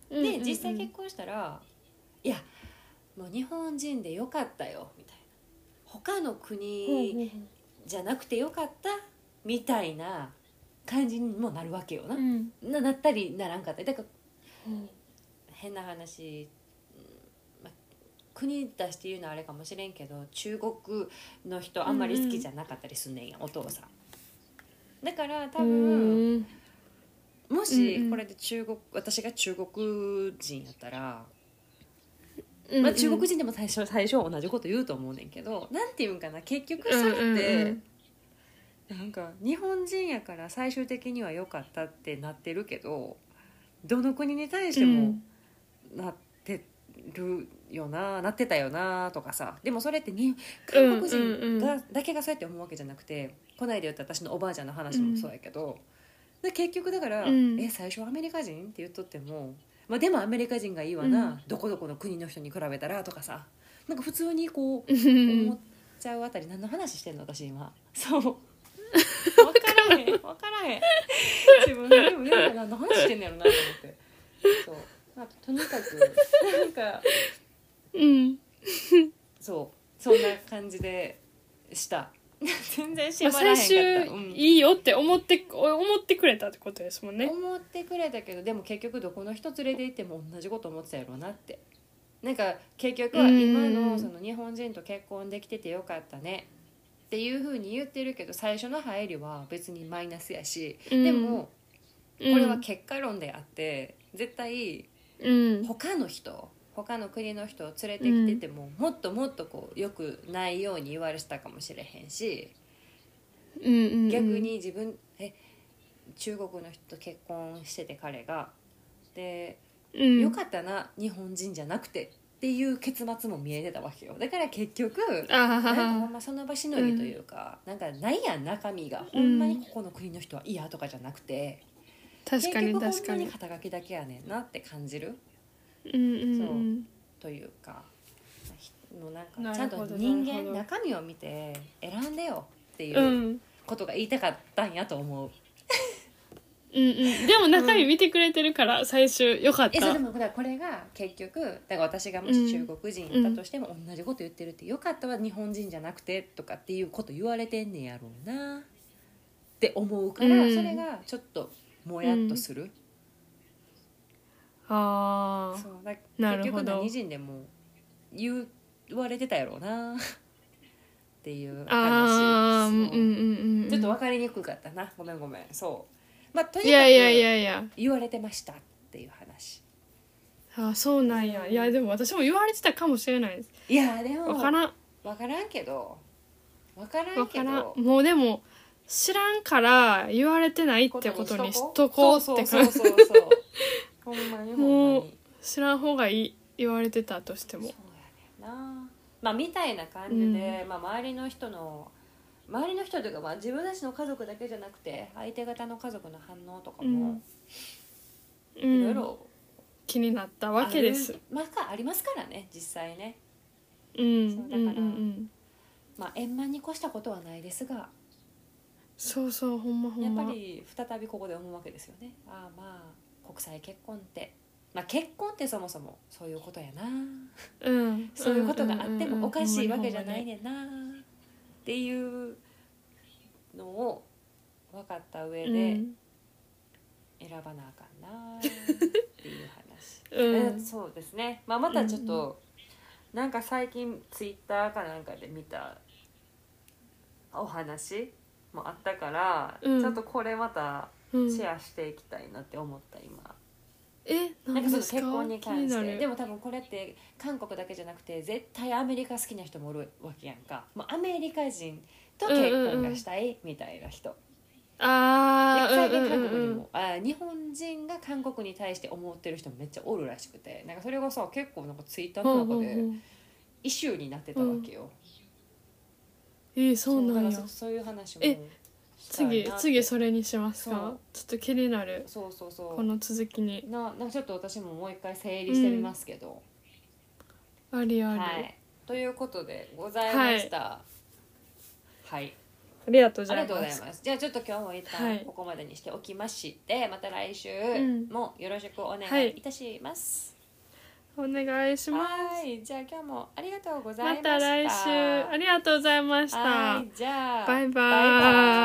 D: う
B: で、
D: うんうんうん
B: 実際結婚したら「いやもう日本人でよかったよ」みたいな「他の
D: うんう
B: 国
D: ん
B: じゃなくてよかった」みたいな感じにもなるわけよな。
D: うん
B: ななったりならんかったりだから
D: うん
B: 変な話、うんまあ、国出して言うのはあれかもしれんけど中国の人あんまり好きじゃなかったりすんねんや、お父さん。だから多分、
D: うんう
B: も
D: んう
B: し
D: ん
B: これで中国私が中国人やったら。
D: うん
B: まあ、中国人でも最初最初は同じこと言うと思うねんけどなんていうんかな結局それって、
D: うんうん
B: なんか日本人やから最終的には良かったってなってるけどどの国に対してもなってるよな、なってたよなとかさでもそれってに
D: うんう
B: 韓国
D: んうん
B: 人が、だけがそうやって思うわけじゃなくてこないで言った私のおばあちゃんの話もそうやけど、で結局だから「
D: うん
B: え最初はアメリカ人?」って言っとっても、まあ、でもアメリカ人がいいわな、
D: うん
B: どこどこの国の人に比べたらとかさなんか普通にこう
D: うんうん
B: 思っちゃうあたり何の話してんの私今そう分からへん分からへん自分でもやだ何の話してんのやろなと思ってそう、まあ、とにかくなんか
D: うん
B: そうそんな感じでした全然
D: ま
B: 縛
D: あ、
B: らへんかった、
D: 最終
B: うん
D: いいよって思って思ってくれたってことですもんね
B: 思ってくれたけどでも結局どこの人連れて行っても同じこと思ってたやろうなってなんか結局は
D: うん
B: 今のその日本人と結婚できててよかったねっていうふうに言ってるけど最初の入りは別にマイナスやし、でも
D: こ
B: これは結果論であって絶対
D: うん
B: 他の人他の国の人を連れてきてても、もっともっとこう良くないように言われてたかもしれへんし。
D: うんうんうん
B: 逆に自分、え中国の人と結婚してて彼がで、
D: うん
B: よかったな日本人じゃなくてっていう結末も見えてたわけよだから結局
D: あ
B: なんかほ
D: あ
B: んまその場しのぎというか、なんかないやん中身がほんまにここの国の人は嫌とかじゃなくて、
D: 確かに確
B: 結局ほん
D: か
B: ま
D: に
B: に肩書きだけやねんなって感じる
D: うんうん
B: というかひもうなん
D: な
B: かちゃ
D: る
B: ん
D: ほど
B: と人
D: なるほ
B: 間
D: ど
B: 中身を見て選んでよってい
D: うんうん
B: うことが言いたかったんやと思う。
D: うんうんでも中身見てくれてるから最終よかっ
B: えそ
D: た
B: うでもだからこれが結局だから私がもし中国人だとしても同じこと言ってるって「よかったわ日本人じゃなくて」とかっていうこと言われてんねやろうなって思うから、
D: うん
B: それがちょっともやっとする、
D: ああ
B: そうだ
D: な
B: 結
D: るほ
B: 局
D: ど
B: 何人でも言われてたやろうなっていう
D: ああう
B: 話そ
D: んうんう
B: う
D: んうん
B: ちょっと分かりにくかったなごめんごめんそうまあとに
D: い
B: か
D: やいやい
B: く
D: やいや
B: 言われてましたっていう話
D: あそうなんやいやでも私も言われてたかもしれないです
B: いやでも
D: 分からん
B: 分からんけど分から
D: 分
B: んけ
D: か
B: ど
D: らんもうでも知らんから言われてないってことにしとこうって
B: そう
D: 感
B: そう
D: じ
B: そうそうほんまにほんま
D: もう
B: に
D: 知らん方がいい言われてたとして
B: そう
D: も
B: やねんなまあみたいな感じで、まあ、周りの人の周りの人というか、まあ、自分たちの家族だけじゃなくて相手方の家族の反応とかも
D: う
B: いろい
D: ん
B: ろ
D: 気になったわ
B: あ
D: け
B: る
D: です
B: まあありますからね実際ね、
D: うんうん
B: そう
D: う
B: だ
D: ん
B: から
D: うん
B: まあ、円満に越したことはないですが
D: そうそうほんまほ
B: やっ
D: ん
B: ぱ
D: ま
B: り再びここで思うわけですよねああまあ国際結婚って、まあ、結婚ってそもそもそういうことやな
D: うん
B: そういうことがあって
D: うんうんうん
B: もおかしいわけじゃないねんなっていうのを分かった上
D: う
B: で
D: ん
B: 選ばなあかんなっていう 話えーそうですね、まあ、またちょっとなんか最近ツイッターかなんかで見たお話もあったから
D: うん
B: ちょっとこれまた
D: うん
B: シェアしていきたいなって思った今。
D: え
B: なん
D: 何
B: かその
D: です
B: 結
D: か
B: 婚に関
D: 気
B: して
D: な
B: で
D: る
B: も多分これって韓国だけじゃなくて絶対アメリカ好きな人もおるわけやんかもうアメリカ人と結婚がしたいみたいな人、
D: あ
B: で
D: あ
B: 最近韓
D: うんう
B: 国に
D: んうん
B: もあー日本人が韓国に対して思ってる人もめっちゃおるらしくてなんかそれがさ結構なんかツイッター
D: ほう
B: の
D: ほ
B: 中
D: うほ
B: で
D: う
B: イシューになってたわけよ、
D: えー、そうなん
B: そ
D: や
B: うそういう話も
D: え
B: したい
D: 次
B: なって
D: 次それにします
B: そ
D: か
B: う
D: ちょっと気になる
B: そうそうそう
D: この続きに
B: ななんかちょっと私ももう一回整理してみますけど、
D: ありあり、
B: はいということでございましたはい
D: ありがとうご
B: あ
D: ざい
B: りがとうご
D: ま
B: ざい
D: す
B: ます。じゃあちょっと今日も一
D: は
B: 旦
D: い
B: ここまでにしておきまして、また来週
D: ん
B: もよろしくお
D: は
B: 願い
D: い
B: いたします。
D: お願いします
B: はい、じゃあ今日もありがとうござ
D: ま
B: いました。
D: た来週ありがとうございました
B: はい、じゃあ
D: バイバイ
B: バイバイ